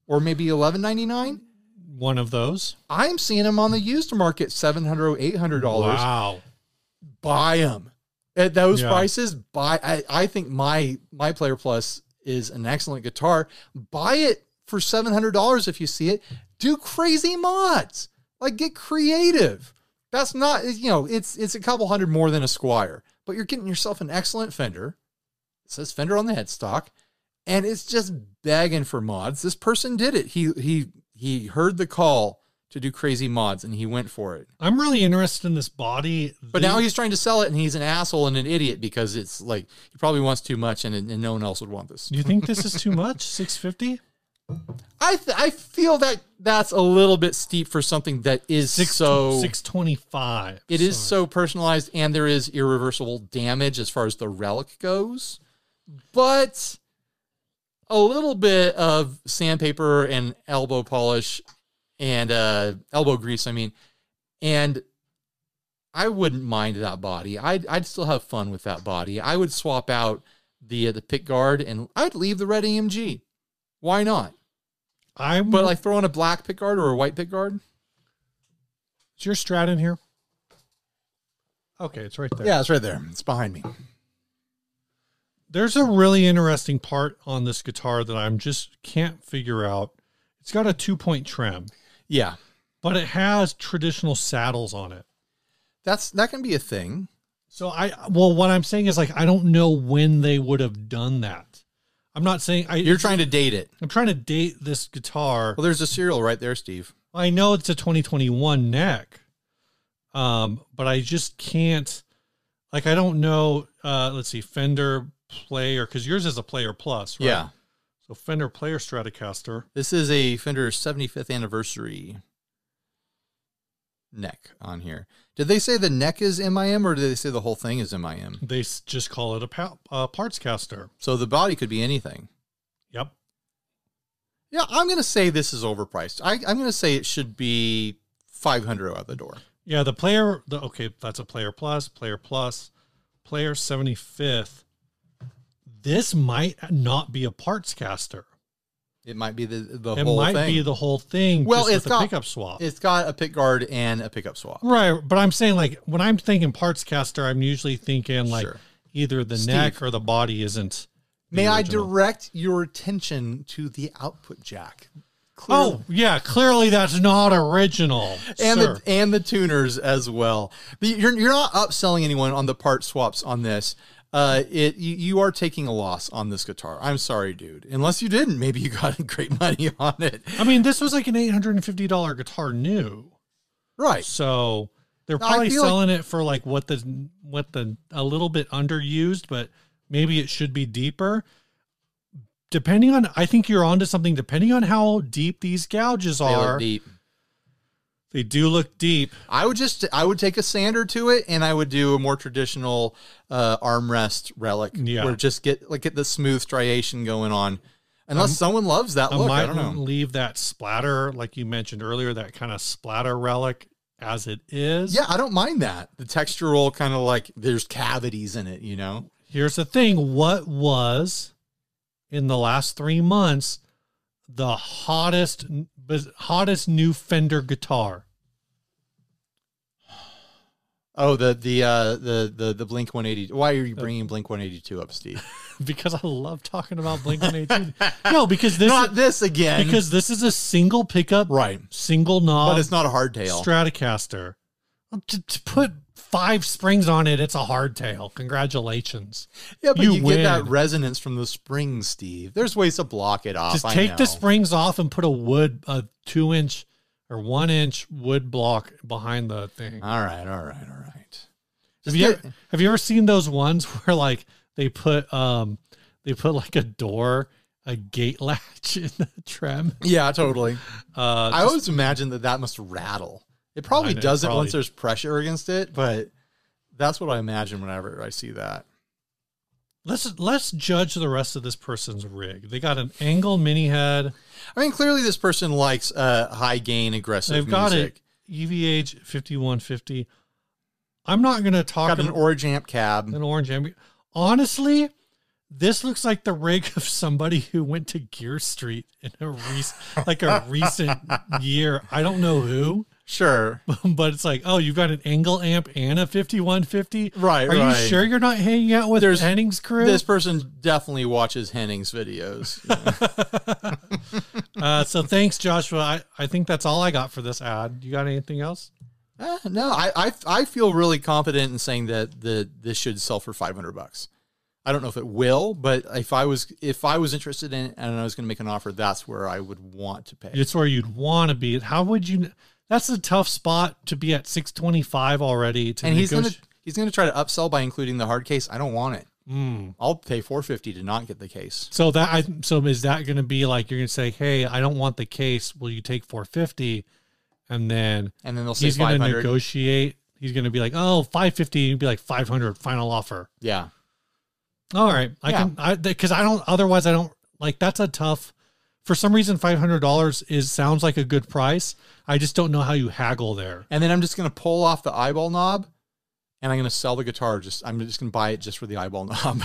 [SPEAKER 2] or maybe eleven ninety nine.
[SPEAKER 1] One of those.
[SPEAKER 2] I'm seeing them on the used market seven hundred or eight hundred dollars.
[SPEAKER 1] Wow.
[SPEAKER 2] Buy them at those
[SPEAKER 1] Yeah.
[SPEAKER 2] prices. Buy. I, I think my my player plus is an excellent guitar. Buy it for seven hundred dollars if you see it. Do crazy mods. Like get creative. That's not you know it's it's a couple hundred more than a Squire, but you're getting yourself an excellent Fender. It says Fender on the headstock, and it's just begging for mods. This person did it. He he he heard the call to do crazy mods, and he went for it.
[SPEAKER 1] I'm really interested in this body.
[SPEAKER 2] But now he's trying to sell it, and he's an asshole and an idiot because it's like he probably wants too much, and, and no one else would want this.
[SPEAKER 1] Do you think this is too much? 650?
[SPEAKER 2] I th- I feel that that's a little bit steep for something that is
[SPEAKER 1] Six,
[SPEAKER 2] so it is
[SPEAKER 1] 625. Sorry.
[SPEAKER 2] so personalized, and there is irreversible damage as far as the relic goes. But a little bit of sandpaper and elbow polish and uh, elbow grease, I mean, and I wouldn't mind that body. I'd I'd still have fun with that body. I would swap out the uh, the pick guard and I'd leave the red AMG. Why not?
[SPEAKER 1] I'm,
[SPEAKER 2] But like throw in a black pick guard or a white pick guard.
[SPEAKER 1] is your strat in here? Okay, it's right there.
[SPEAKER 2] it's right there. It's behind me.
[SPEAKER 1] There's a really interesting part on this guitar that I'm just can't figure out. It's got a two point trim,
[SPEAKER 2] Yeah,
[SPEAKER 1] but it has traditional saddles on it.
[SPEAKER 2] that's that can be a thing.
[SPEAKER 1] So I, well, what I'm saying is like, I don't know when they would have done that. I'm not saying I,
[SPEAKER 2] You're trying to date it.
[SPEAKER 1] I'm trying to date this guitar.
[SPEAKER 2] Well, there's a serial right there, Steve.
[SPEAKER 1] I know it's a 2021 neck, um, but I just can't. Like, I don't know. Uh, let's see, Fender Player, because yours is a Player Plus, right?
[SPEAKER 2] Yeah,
[SPEAKER 1] So Fender Player Stratocaster.
[SPEAKER 2] this is a Fender 75th anniversary neck on here. Did they say the neck is MIM or did they say the whole thing is MIM?
[SPEAKER 1] They s- just call it a pa- uh, parts caster.
[SPEAKER 2] So the body could be anything.
[SPEAKER 1] Yep.
[SPEAKER 2] Yeah, I'm going to say this is overpriced. I, I'm going to say it should be 500 out the door.
[SPEAKER 1] Yeah, the player. The, okay, that's a Player Plus, Player Plus, Player 75th. This might not be a parts caster.
[SPEAKER 2] It might be the the
[SPEAKER 1] It
[SPEAKER 2] whole
[SPEAKER 1] might
[SPEAKER 2] thing.
[SPEAKER 1] be the whole thing.
[SPEAKER 2] Well,
[SPEAKER 1] just with
[SPEAKER 2] it's
[SPEAKER 1] a
[SPEAKER 2] got-
[SPEAKER 1] pickup swap.
[SPEAKER 2] it's got a pick guard and a pickup swap.
[SPEAKER 1] Right, but I'm saying like when I'm thinking parts caster, I'm usually thinking like
[SPEAKER 2] Sure.
[SPEAKER 1] either the
[SPEAKER 2] Steve.
[SPEAKER 1] neck or the body isn't. the
[SPEAKER 2] May I
[SPEAKER 1] original.
[SPEAKER 2] direct your attention to the output jack?
[SPEAKER 1] Oh yeah, clearly that's not original.
[SPEAKER 2] and
[SPEAKER 1] sir.
[SPEAKER 2] the and the tuners as well. The- You're you're not upselling anyone on the part swaps on this. Uh, it you, you are taking a loss on this guitar. I'm sorry, dude. Unless you didn't, maybe you got great money on it.
[SPEAKER 1] I mean, this was like an eight hundred and fifty dollar guitar new,
[SPEAKER 2] Right.
[SPEAKER 1] so they're
[SPEAKER 2] I
[SPEAKER 1] probably
[SPEAKER 2] feel like-
[SPEAKER 1] selling it for like what the what the a little bit underused, but maybe it should be deeper. Depending on, I think you're onto something. Depending on how deep these gouges
[SPEAKER 2] They look
[SPEAKER 1] are,
[SPEAKER 2] deep.
[SPEAKER 1] They do look deep.
[SPEAKER 2] I would just I would take a sander to it and I would do a more traditional uh, armrest relic
[SPEAKER 1] Yeah.
[SPEAKER 2] where just get like get the smooth striation going on. Unless
[SPEAKER 1] Um,
[SPEAKER 2] someone loves that
[SPEAKER 1] I
[SPEAKER 2] Oh, look, I
[SPEAKER 1] might
[SPEAKER 2] don't know.
[SPEAKER 1] leave that splatter, like you mentioned earlier, that kind of splatter relic as it is.
[SPEAKER 2] Yeah, I don't mind that. The textural kind of like there's cavities in it, you know.
[SPEAKER 1] Here's the thing what was in the last three months the hottest hottest new Fender guitar?
[SPEAKER 2] Oh, the the uh, the the the Blink 180. Why are you
[SPEAKER 1] Uh,
[SPEAKER 2] bringing Blink 182 up, Steve?
[SPEAKER 1] Because I love talking about Blink 182. no, because this
[SPEAKER 2] Not this again.
[SPEAKER 1] because this is a single pickup,
[SPEAKER 2] right,
[SPEAKER 1] single knob
[SPEAKER 2] but it's not a hardtail.
[SPEAKER 1] Stratocaster. Um, To, to put five springs on it, it's a hardtail. Congratulations.
[SPEAKER 2] yeah, but
[SPEAKER 1] you
[SPEAKER 2] you, get that
[SPEAKER 1] win.
[SPEAKER 2] resonance from the springs, Steve. There's ways to block it off.
[SPEAKER 1] Just
[SPEAKER 2] I
[SPEAKER 1] take the
[SPEAKER 2] know.
[SPEAKER 1] springs off and put a wood, a two inch or one inch wood block behind the thing.
[SPEAKER 2] All right, all right, all right.
[SPEAKER 1] Have
[SPEAKER 2] Uh, Just
[SPEAKER 1] you,
[SPEAKER 2] get-
[SPEAKER 1] ever, have you ever seen those ones where like they put um they put like a door a gate latch in the trim?
[SPEAKER 2] yeah, totally.
[SPEAKER 1] Uh,
[SPEAKER 2] I always imagine that that must rattle. It probably
[SPEAKER 1] know, it
[SPEAKER 2] doesn't
[SPEAKER 1] probably-
[SPEAKER 2] once there's pressure against it, but that's what I imagine whenever I see that.
[SPEAKER 1] let's let's judge the rest of this person's rig. They got an angle mini head.
[SPEAKER 2] I mean, clearly this person likes uh, high gain aggressive
[SPEAKER 1] They've got E
[SPEAKER 2] music.
[SPEAKER 1] a EVH fifty one fifty. I'm not gonna talk
[SPEAKER 2] Got an
[SPEAKER 1] ab-
[SPEAKER 2] orange amp cab.
[SPEAKER 1] an orange ambu- Honestly, this looks like the rig of somebody who went to Gear Street in a rec- like a recent year. I don't know who,
[SPEAKER 2] Sure.
[SPEAKER 1] but it's like, oh, you've got an angle amp and a 5150.
[SPEAKER 2] Right,
[SPEAKER 1] Are
[SPEAKER 2] right.
[SPEAKER 1] you sure you're not hanging out with
[SPEAKER 2] There's-
[SPEAKER 1] Henning's crew?
[SPEAKER 2] This person definitely watches Henning's videos.
[SPEAKER 1] Uh, so thanks, Joshua. I, I think that's all I got for this ad. You got anything else?
[SPEAKER 2] Eh, no, I, I I feel really confident in saying that the this should sell for five hundred bucks. I don't know if it will, but if I was if I was interested in it and I was going to make an offer, that's where I would want to pay.
[SPEAKER 1] It's where you'd want to be. How would you? That's a tough spot to be at 625 already. To
[SPEAKER 2] and he's
[SPEAKER 1] negoti-
[SPEAKER 2] gonna he's gonna try to upsell by including the hard case. I don't want it. I'll pay four fifty to not get the case.
[SPEAKER 1] So that I so is that going to be like you're going to say, "Hey, I don't want the case. Will you take 450?" And then
[SPEAKER 2] And then they'll say
[SPEAKER 1] he's
[SPEAKER 2] five
[SPEAKER 1] going to
[SPEAKER 2] hundred.
[SPEAKER 1] negotiate. He's going to be like, "Oh, 550." You'd be like, "500 final offer."
[SPEAKER 2] yeah,
[SPEAKER 1] All right. I
[SPEAKER 2] Yeah.
[SPEAKER 1] can I cuz I don't otherwise I don't like that's a tough for some reason $500 is sounds like a good price. I just don't know how you haggle there.
[SPEAKER 2] and then I'm just gonna pull off the eyeball knob, and I'm gonna sell the guitar. Just I'm just gonna buy it just for the eyeball knob.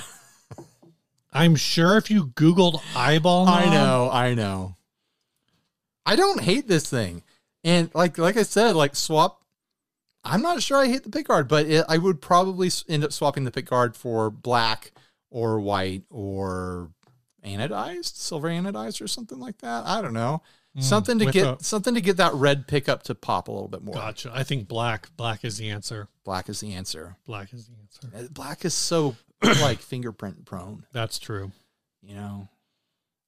[SPEAKER 1] I'm sure if you googled eyeball
[SPEAKER 2] I
[SPEAKER 1] knob-
[SPEAKER 2] know, I know. I don't hate this thing, and like like I said, like swap. I'm not sure I hate the pickguard, but it, I would probably s- end up swapping the pickguard for black or white or anodized, silver anodized or something like that. I don't know. something to
[SPEAKER 1] Mm, with
[SPEAKER 2] get
[SPEAKER 1] a-
[SPEAKER 2] something to get that red pickup to pop a little bit more.
[SPEAKER 1] Gotcha. I think black black is the answer.
[SPEAKER 2] Black is the answer.
[SPEAKER 1] Black is the answer.
[SPEAKER 2] Uh, Black is so like fingerprint prone,
[SPEAKER 1] That's true.
[SPEAKER 2] you know.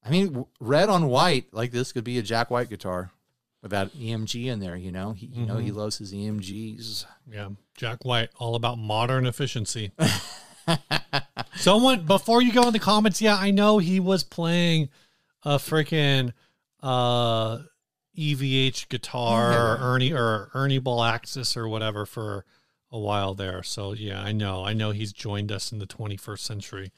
[SPEAKER 2] I mean, w- red on white, like this could be a Jack White guitar without EMG in there, you know. He, you know, he loves his E EMGs.
[SPEAKER 1] Yeah, Jack White, all about modern efficiency. Someone before you go in the comments, yeah, I know he was playing a freaking uh, EVH guitar or Ernie or Ernie Ball Axis or whatever for a while there. So yeah, I know, I know he's joined us in the 21st century.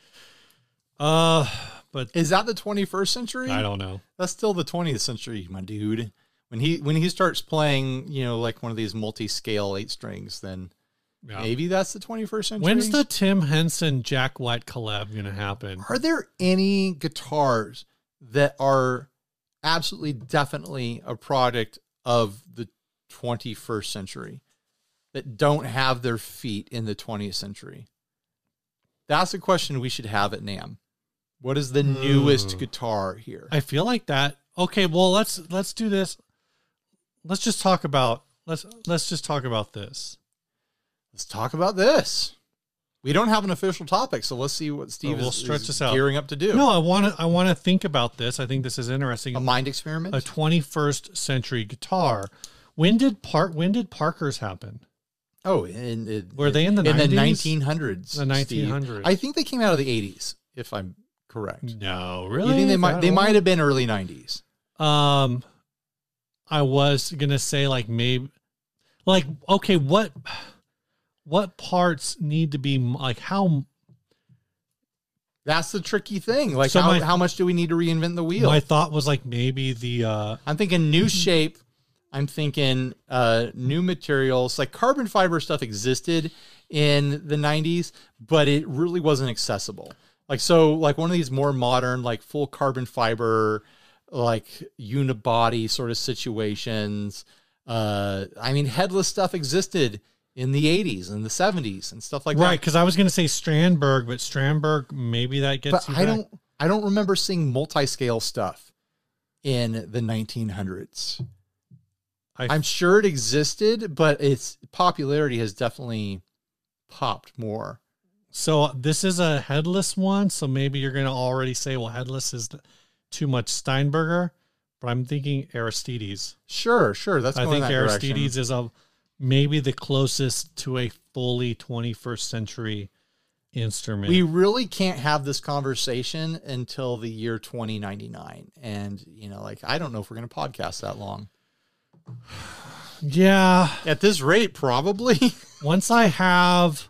[SPEAKER 1] Uh, but
[SPEAKER 2] Is that the 21st century?
[SPEAKER 1] I don't know.
[SPEAKER 2] That's still the 20th century, my dude. When he when he starts playing, you know, like one of these multi-scale eight strings, then
[SPEAKER 1] Yeah.
[SPEAKER 2] maybe that's the 21st century.
[SPEAKER 1] When's the Tim Henson Jack White collab gonna happen?
[SPEAKER 2] Are there any guitars that are absolutely definitely a product of the 21st century that don't have their feet in the 20th century? That's a question we should have at NAM. What is the newest
[SPEAKER 1] Ooh.
[SPEAKER 2] guitar here?
[SPEAKER 1] Hmm. I feel like that. Okay, well let's let's do this. Let's just talk about let's let's just talk about this.
[SPEAKER 2] Let's talk about this. We don't have an official topic, so let's see what Steve
[SPEAKER 1] we'll
[SPEAKER 2] is,
[SPEAKER 1] stretch
[SPEAKER 2] is
[SPEAKER 1] this out.
[SPEAKER 2] gearing up to do.
[SPEAKER 1] No, I want to I want to think about this. I think this is interesting.
[SPEAKER 2] a mind experiment.
[SPEAKER 1] A 21st century guitar. When did part when did Parkers happen?
[SPEAKER 2] Oh, in, in
[SPEAKER 1] Were they in the
[SPEAKER 2] in the
[SPEAKER 1] 90s?
[SPEAKER 2] 1900s?
[SPEAKER 1] The 1900s.
[SPEAKER 2] I think they came out of the 80s, if I'm correct.
[SPEAKER 1] No,
[SPEAKER 2] You
[SPEAKER 1] really.
[SPEAKER 2] think they
[SPEAKER 1] That
[SPEAKER 2] might they
[SPEAKER 1] old?
[SPEAKER 2] might have been early 90s?
[SPEAKER 1] Um I was gonna say like maybe like okay what what parts need to be like how
[SPEAKER 2] That's the tricky thing. Like,
[SPEAKER 1] So
[SPEAKER 2] how,
[SPEAKER 1] my-
[SPEAKER 2] how much do we need to reinvent the wheel?
[SPEAKER 1] my thought was like maybe the uh
[SPEAKER 2] I'm thinking new shape. I'm thinking uh, new materials. Like carbon fiber stuff existed in the 90s, but it really wasn't accessible. Like so, like one of these more modern, like full carbon fiber, like unibody sort of situations. Uh, I mean, headless stuff existed in the 80s and the 70s and stuff like
[SPEAKER 1] right
[SPEAKER 2] that.
[SPEAKER 1] because I was gonna say Strandberg but Strandberg maybe that gets
[SPEAKER 2] But
[SPEAKER 1] you back.
[SPEAKER 2] I don't, I don't remember seeing multi-scale stuff in the 1900s.
[SPEAKER 1] I,
[SPEAKER 2] I'm sure it existed, but its popularity has definitely popped more.
[SPEAKER 1] so uh, this is a headless one so maybe you're gonna already say well headless is too much Steinberger but I'm thinking Aristides
[SPEAKER 2] Sure, sure. That's
[SPEAKER 1] I
[SPEAKER 2] going
[SPEAKER 1] think
[SPEAKER 2] that
[SPEAKER 1] Aristides
[SPEAKER 2] Direction.
[SPEAKER 1] is of maybe the closest to a fully 21st century instrument
[SPEAKER 2] We really can't have this conversation until the year 2099, and you know, like I don't know if we're going to podcast that long.
[SPEAKER 1] yeah
[SPEAKER 2] At this rate, probably.
[SPEAKER 1] once I have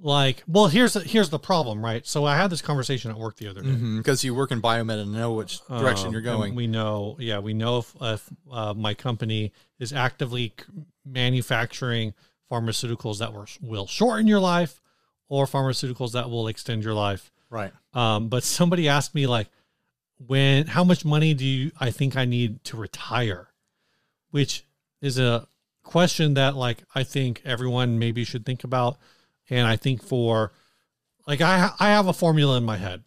[SPEAKER 1] like well here's here's the problem right so I had this conversation at work the other day
[SPEAKER 2] Because Mm-hmm, you work in biomed and know which
[SPEAKER 1] Um,
[SPEAKER 2] direction you're
[SPEAKER 1] and
[SPEAKER 2] going.
[SPEAKER 1] we know yeah we know if, if uh, my company is actively c- manufacturing pharmaceuticals that were, will shorten your life or pharmaceuticals that will extend your life
[SPEAKER 2] right.
[SPEAKER 1] um, but somebody asked me like when how much money do you i think i need to retire which is a question that like i think everyone maybe should think about and i think for like i ha- i have a formula in my head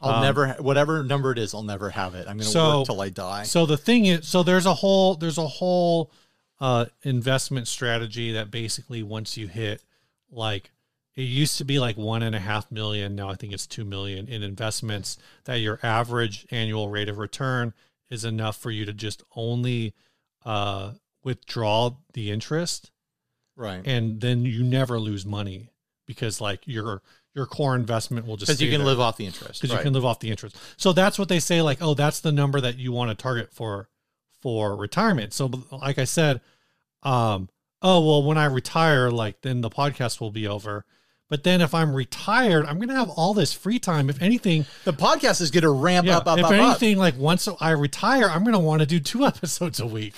[SPEAKER 2] I'll
[SPEAKER 1] Um,
[SPEAKER 2] never, ha- whatever number it is, I'll never have it. I'm going to
[SPEAKER 1] So-
[SPEAKER 2] work till I die.
[SPEAKER 1] so the thing is so there's a whole there's a whole uh investment strategy that basically once you hit like it used to be like one and a half million now i think it's two million in investments that your average annual rate of return is enough for you to just only uh withdraw the interest
[SPEAKER 2] right.
[SPEAKER 1] and then you never lose money because like your your core investment will just
[SPEAKER 2] Because you
[SPEAKER 1] stay
[SPEAKER 2] can
[SPEAKER 1] there
[SPEAKER 2] live off the interest.
[SPEAKER 1] because
[SPEAKER 2] Right.
[SPEAKER 1] you can live off the interest. So that's what they say. Like, oh, that's the number that you want to target for for retirement. So, but like I said, um, oh well, when I retire, like then the podcast will be over. But then if I'm retired, I'm gonna have all this free time. If anything,
[SPEAKER 2] the podcast is going to ramp
[SPEAKER 1] yeah,
[SPEAKER 2] up, up,
[SPEAKER 1] if
[SPEAKER 2] up, up.
[SPEAKER 1] anything, like once I retire, I'm gonna want to do two episodes a week.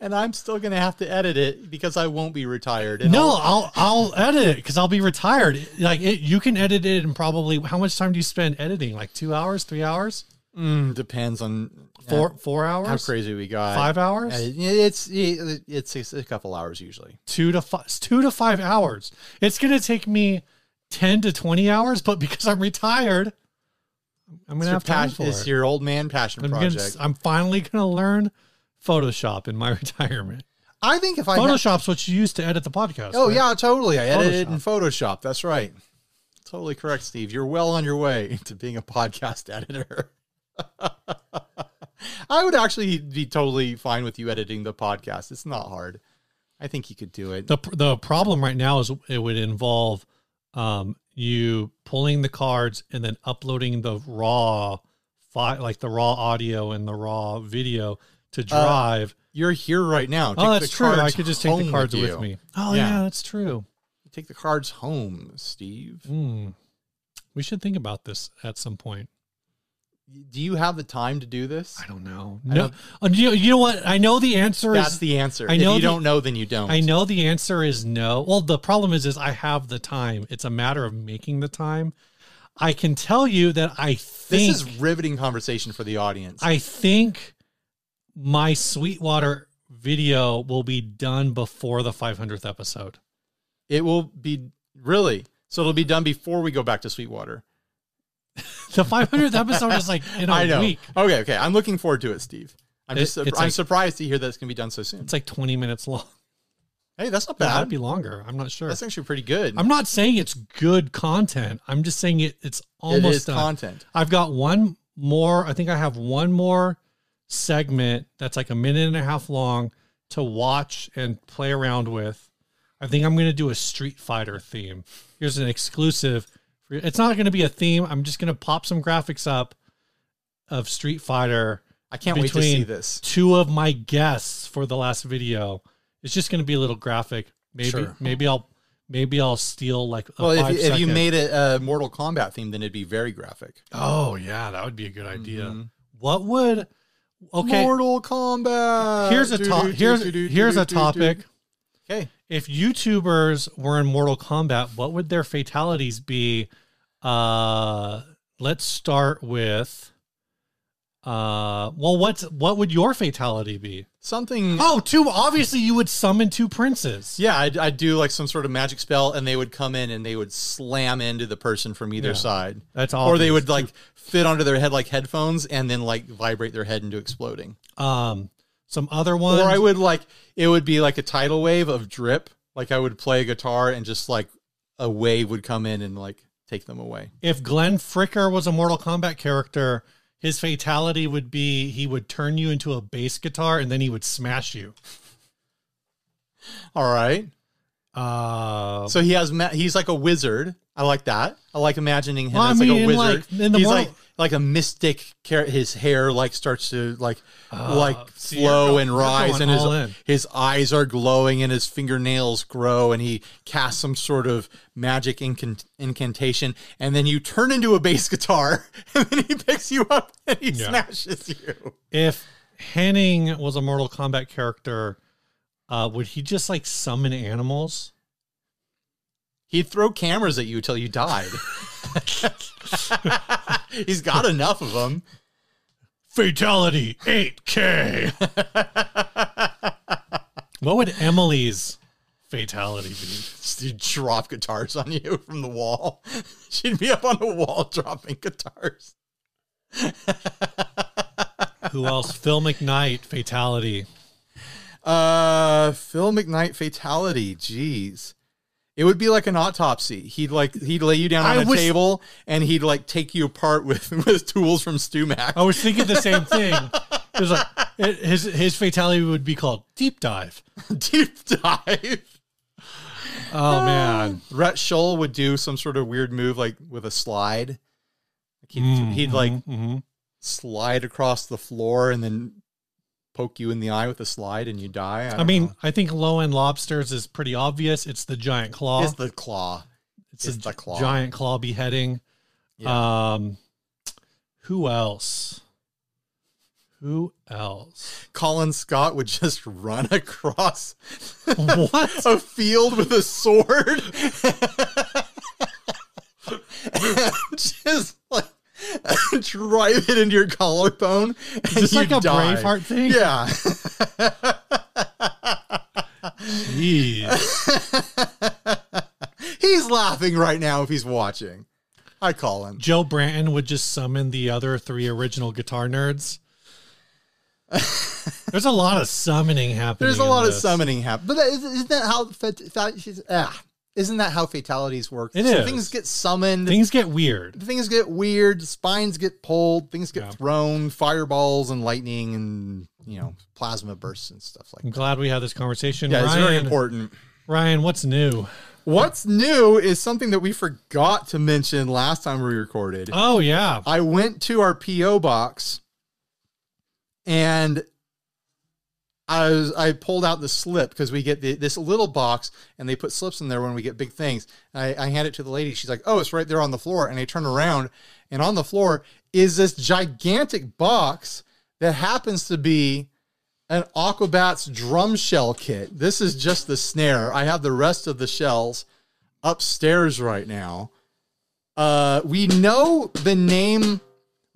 [SPEAKER 2] and I'm still gonna have to edit it because I won't be retired. And
[SPEAKER 1] no,
[SPEAKER 2] I'll-
[SPEAKER 1] I'll I'll edit it because I'll be retired. Like it, you can edit it and probably how much time do you spend editing? Like two hours, three hours,
[SPEAKER 2] Mm, depends on
[SPEAKER 1] four four
[SPEAKER 2] how
[SPEAKER 1] hours,
[SPEAKER 2] crazy we got.
[SPEAKER 1] five hours.
[SPEAKER 2] Uh, It's it's it's a couple hours usually.
[SPEAKER 1] two to five two to five hours. It's gonna take me ten to twenty hours, but because I'm retired, I'm gonna
[SPEAKER 2] It's your,
[SPEAKER 1] have time
[SPEAKER 2] pas-
[SPEAKER 1] for
[SPEAKER 2] it's
[SPEAKER 1] it.
[SPEAKER 2] your old man passion
[SPEAKER 1] I'm, gonna,
[SPEAKER 2] project.
[SPEAKER 1] I'm finally gonna learn Photoshop in my retirement.
[SPEAKER 2] I think if I had,
[SPEAKER 1] Photoshop's what you use to edit the podcast.
[SPEAKER 2] oh
[SPEAKER 1] right?
[SPEAKER 2] yeah totally I edited it in Photoshop. That's right. Totally correct, Steve. You're well on your way to being a podcast editor. I would actually be totally fine with you editing the podcast. It's not hard. I think you could do it.
[SPEAKER 1] The the problem right now is it would involve um, you pulling the cards and then uploading the raw file, like the raw audio and the raw video
[SPEAKER 2] Uh,
[SPEAKER 1] to Drive.
[SPEAKER 2] You're here right now. Take
[SPEAKER 1] oh, that's
[SPEAKER 2] the
[SPEAKER 1] true. I
[SPEAKER 2] cards
[SPEAKER 1] could just take
[SPEAKER 2] home
[SPEAKER 1] the cards with,
[SPEAKER 2] you.
[SPEAKER 1] me. Oh
[SPEAKER 2] Yeah.
[SPEAKER 1] yeah that's true.
[SPEAKER 2] Take the cards home, Steve.
[SPEAKER 1] Hmm. We should think about this at some point.
[SPEAKER 2] Do you have the time to do this?
[SPEAKER 1] I don't know.
[SPEAKER 2] I
[SPEAKER 1] No, Uh, you, you know what? I know the answer
[SPEAKER 2] That's
[SPEAKER 1] is.
[SPEAKER 2] the answer.
[SPEAKER 1] I know
[SPEAKER 2] if you
[SPEAKER 1] the-
[SPEAKER 2] don't know, then you don't.
[SPEAKER 1] I know the answer is no. Well, the problem is, is I have the time. It's a matter of making the time. I can tell you that I think
[SPEAKER 2] This is riveting conversation for the audience.
[SPEAKER 1] I think my Sweetwater video will be done before the 500th episode.
[SPEAKER 2] it will be really so. It'll be done before we go back to Sweetwater.
[SPEAKER 1] The 500th episode is like in a
[SPEAKER 2] I know.
[SPEAKER 1] week.
[SPEAKER 2] Okay, okay. I'm looking forward to it, Steve. I'm
[SPEAKER 1] It-
[SPEAKER 2] just surp- I'm
[SPEAKER 1] it's like-
[SPEAKER 2] surprised to hear that it's gonna be done so soon.
[SPEAKER 1] It's like 20 minutes long.
[SPEAKER 2] hey, that's not
[SPEAKER 1] It might
[SPEAKER 2] bad.
[SPEAKER 1] be longer. I'm not sure.
[SPEAKER 2] That's actually pretty good.
[SPEAKER 1] I'm not saying it's good content. I'm just saying it. It's
[SPEAKER 2] it
[SPEAKER 1] almost
[SPEAKER 2] is
[SPEAKER 1] done.
[SPEAKER 2] content.
[SPEAKER 1] I've got one more. I think I have one more segment that's like a minute and a half long to watch and play around with. I think I'm going to do a Street Fighter theme. Here's an exclusive. for- It's not going to be a theme. I'm just going to pop some graphics up of Street Fighter
[SPEAKER 2] I can't wait to
[SPEAKER 1] Between-
[SPEAKER 2] see this.
[SPEAKER 1] two of my guests for the last video. It's just going to be a little graphic. Maybe
[SPEAKER 2] Sure.
[SPEAKER 1] maybe I'll maybe I'll steal like a
[SPEAKER 2] Well, if
[SPEAKER 1] five
[SPEAKER 2] you, if you
[SPEAKER 1] second-
[SPEAKER 2] made it a Mortal Kombat theme, then it'd be very graphic.
[SPEAKER 1] Oh yeah, that would be a good idea.
[SPEAKER 2] Mhm.
[SPEAKER 1] What would Okay,
[SPEAKER 2] Mortal Kombat.
[SPEAKER 1] here's a to-
[SPEAKER 2] top.
[SPEAKER 1] here's here's a topic.
[SPEAKER 2] Okay.
[SPEAKER 1] If YouTubers were in Mortal Kombat, what would their fatalities be? Uh let's start with uh well what's what would your fatality be?
[SPEAKER 2] Something.
[SPEAKER 1] Oh, two obviously you would summon two princes.
[SPEAKER 2] Yeah, I'd, I'd do like some sort of magic spell, and they would come in and they would slam into the person from either
[SPEAKER 1] Yeah.
[SPEAKER 2] side,
[SPEAKER 1] That's all.
[SPEAKER 2] or they would like fit onto their head like headphones, and then like vibrate their head into exploding.
[SPEAKER 1] Um, some other ones.
[SPEAKER 2] Or I would like it would be like a tidal wave of drip. Like I would play a guitar, and just like a wave would come in and like take them away.
[SPEAKER 1] if Glenn Fricker was a Mortal Kombat character, his fatality would be he would turn you into a bass guitar and then he would smash you.
[SPEAKER 2] All right.
[SPEAKER 1] Uh,
[SPEAKER 2] So he has ma- he's like a wizard. I like that. I like imagining him
[SPEAKER 1] Well, I
[SPEAKER 2] as
[SPEAKER 1] mean,
[SPEAKER 2] like a
[SPEAKER 1] in,
[SPEAKER 2] wizard.
[SPEAKER 1] like, in the
[SPEAKER 2] he's
[SPEAKER 1] Marvel-
[SPEAKER 2] like like a mystic. Char- his hair like starts to like
[SPEAKER 1] Uh,
[SPEAKER 2] like
[SPEAKER 1] see, you're
[SPEAKER 2] flow
[SPEAKER 1] go-
[SPEAKER 2] and
[SPEAKER 1] you're
[SPEAKER 2] rise,
[SPEAKER 1] going
[SPEAKER 2] and his
[SPEAKER 1] all in.
[SPEAKER 2] his eyes are glowing, and his fingernails grow, and he casts some sort of magic incan- incantation, and then you turn into a bass guitar, and then he picks you up and he
[SPEAKER 1] Yeah.
[SPEAKER 2] smashes you.
[SPEAKER 1] if Henning was a Mortal Kombat character, uh, would he just like summon animals?
[SPEAKER 2] He'd throw cameras at you till you died. he's got enough of them.
[SPEAKER 1] Fatality 8K. what would Emily's fatality be?
[SPEAKER 2] She'd drop guitars on you from the wall. She'd be up on the wall dropping guitars.
[SPEAKER 1] Who else? Phil McKnight fatality.
[SPEAKER 2] Uh, Phil McKnight fatality. Jeez, it would be like an autopsy. He'd like he'd lay you down on
[SPEAKER 1] I
[SPEAKER 2] a
[SPEAKER 1] was-
[SPEAKER 2] table and he'd like take you apart with with tools from Stumac.
[SPEAKER 1] I was thinking the same thing. It was like it, his his fatality would be called deep dive.
[SPEAKER 2] Deep dive.
[SPEAKER 1] Oh man,
[SPEAKER 2] Rhett Scholl would do some sort of weird move like with a slide. Like he'd, he'd like
[SPEAKER 1] Mhm.
[SPEAKER 2] slide across the floor and then poke you in the eye with a slide and you die.
[SPEAKER 1] I
[SPEAKER 2] don't
[SPEAKER 1] mean,
[SPEAKER 2] know.
[SPEAKER 1] I think low end lobsters is pretty obvious. It's the giant claw.
[SPEAKER 2] it's the claw.
[SPEAKER 1] It's,
[SPEAKER 2] it's
[SPEAKER 1] a
[SPEAKER 2] the claw.
[SPEAKER 1] giant claw beheading. Um, who else? Who else?
[SPEAKER 2] Colin Scott would just run across
[SPEAKER 1] What?
[SPEAKER 2] a field with a sword. just like drive it into your collarbone. And
[SPEAKER 1] Is this
[SPEAKER 2] you
[SPEAKER 1] like a
[SPEAKER 2] die.
[SPEAKER 1] Braveheart thing?
[SPEAKER 2] Yeah.
[SPEAKER 1] Jeez.
[SPEAKER 2] he's laughing right now if he's watching. Hi, Colin.
[SPEAKER 1] Joe Branton would just summon the other three original guitar nerds. There's a lot of summoning happening.
[SPEAKER 2] There's a
[SPEAKER 1] in
[SPEAKER 2] lot of
[SPEAKER 1] this.
[SPEAKER 2] summoning happen, but that, isn't that how fat, fat, she's- ah, isn't that how fatalities work?
[SPEAKER 1] It is.
[SPEAKER 2] Things get summoned.
[SPEAKER 1] Things get weird.
[SPEAKER 2] things get weird, spines get pulled, things get
[SPEAKER 1] Yeah.
[SPEAKER 2] thrown, fireballs and lightning and you know, plasma bursts and stuff like that.
[SPEAKER 1] I'm glad we had this conversation.
[SPEAKER 2] Yeah,
[SPEAKER 1] Ryan,
[SPEAKER 2] it's very important.
[SPEAKER 1] Ryan, what's new?
[SPEAKER 2] What's new is something that we forgot to mention last time we recorded.
[SPEAKER 1] Oh yeah,
[SPEAKER 2] I went to our PO box and I was I pulled out the slip because we get the, this little box and they put slips in there when we get big things. I, I hand it to the lady. She's like, "Oh, it's right there on the floor." And I turn around and on the floor is this gigantic box that happens to be an Aquabats drum shell kit. This is just the snare. I have the rest of the shells upstairs right now. Uh, we know the name,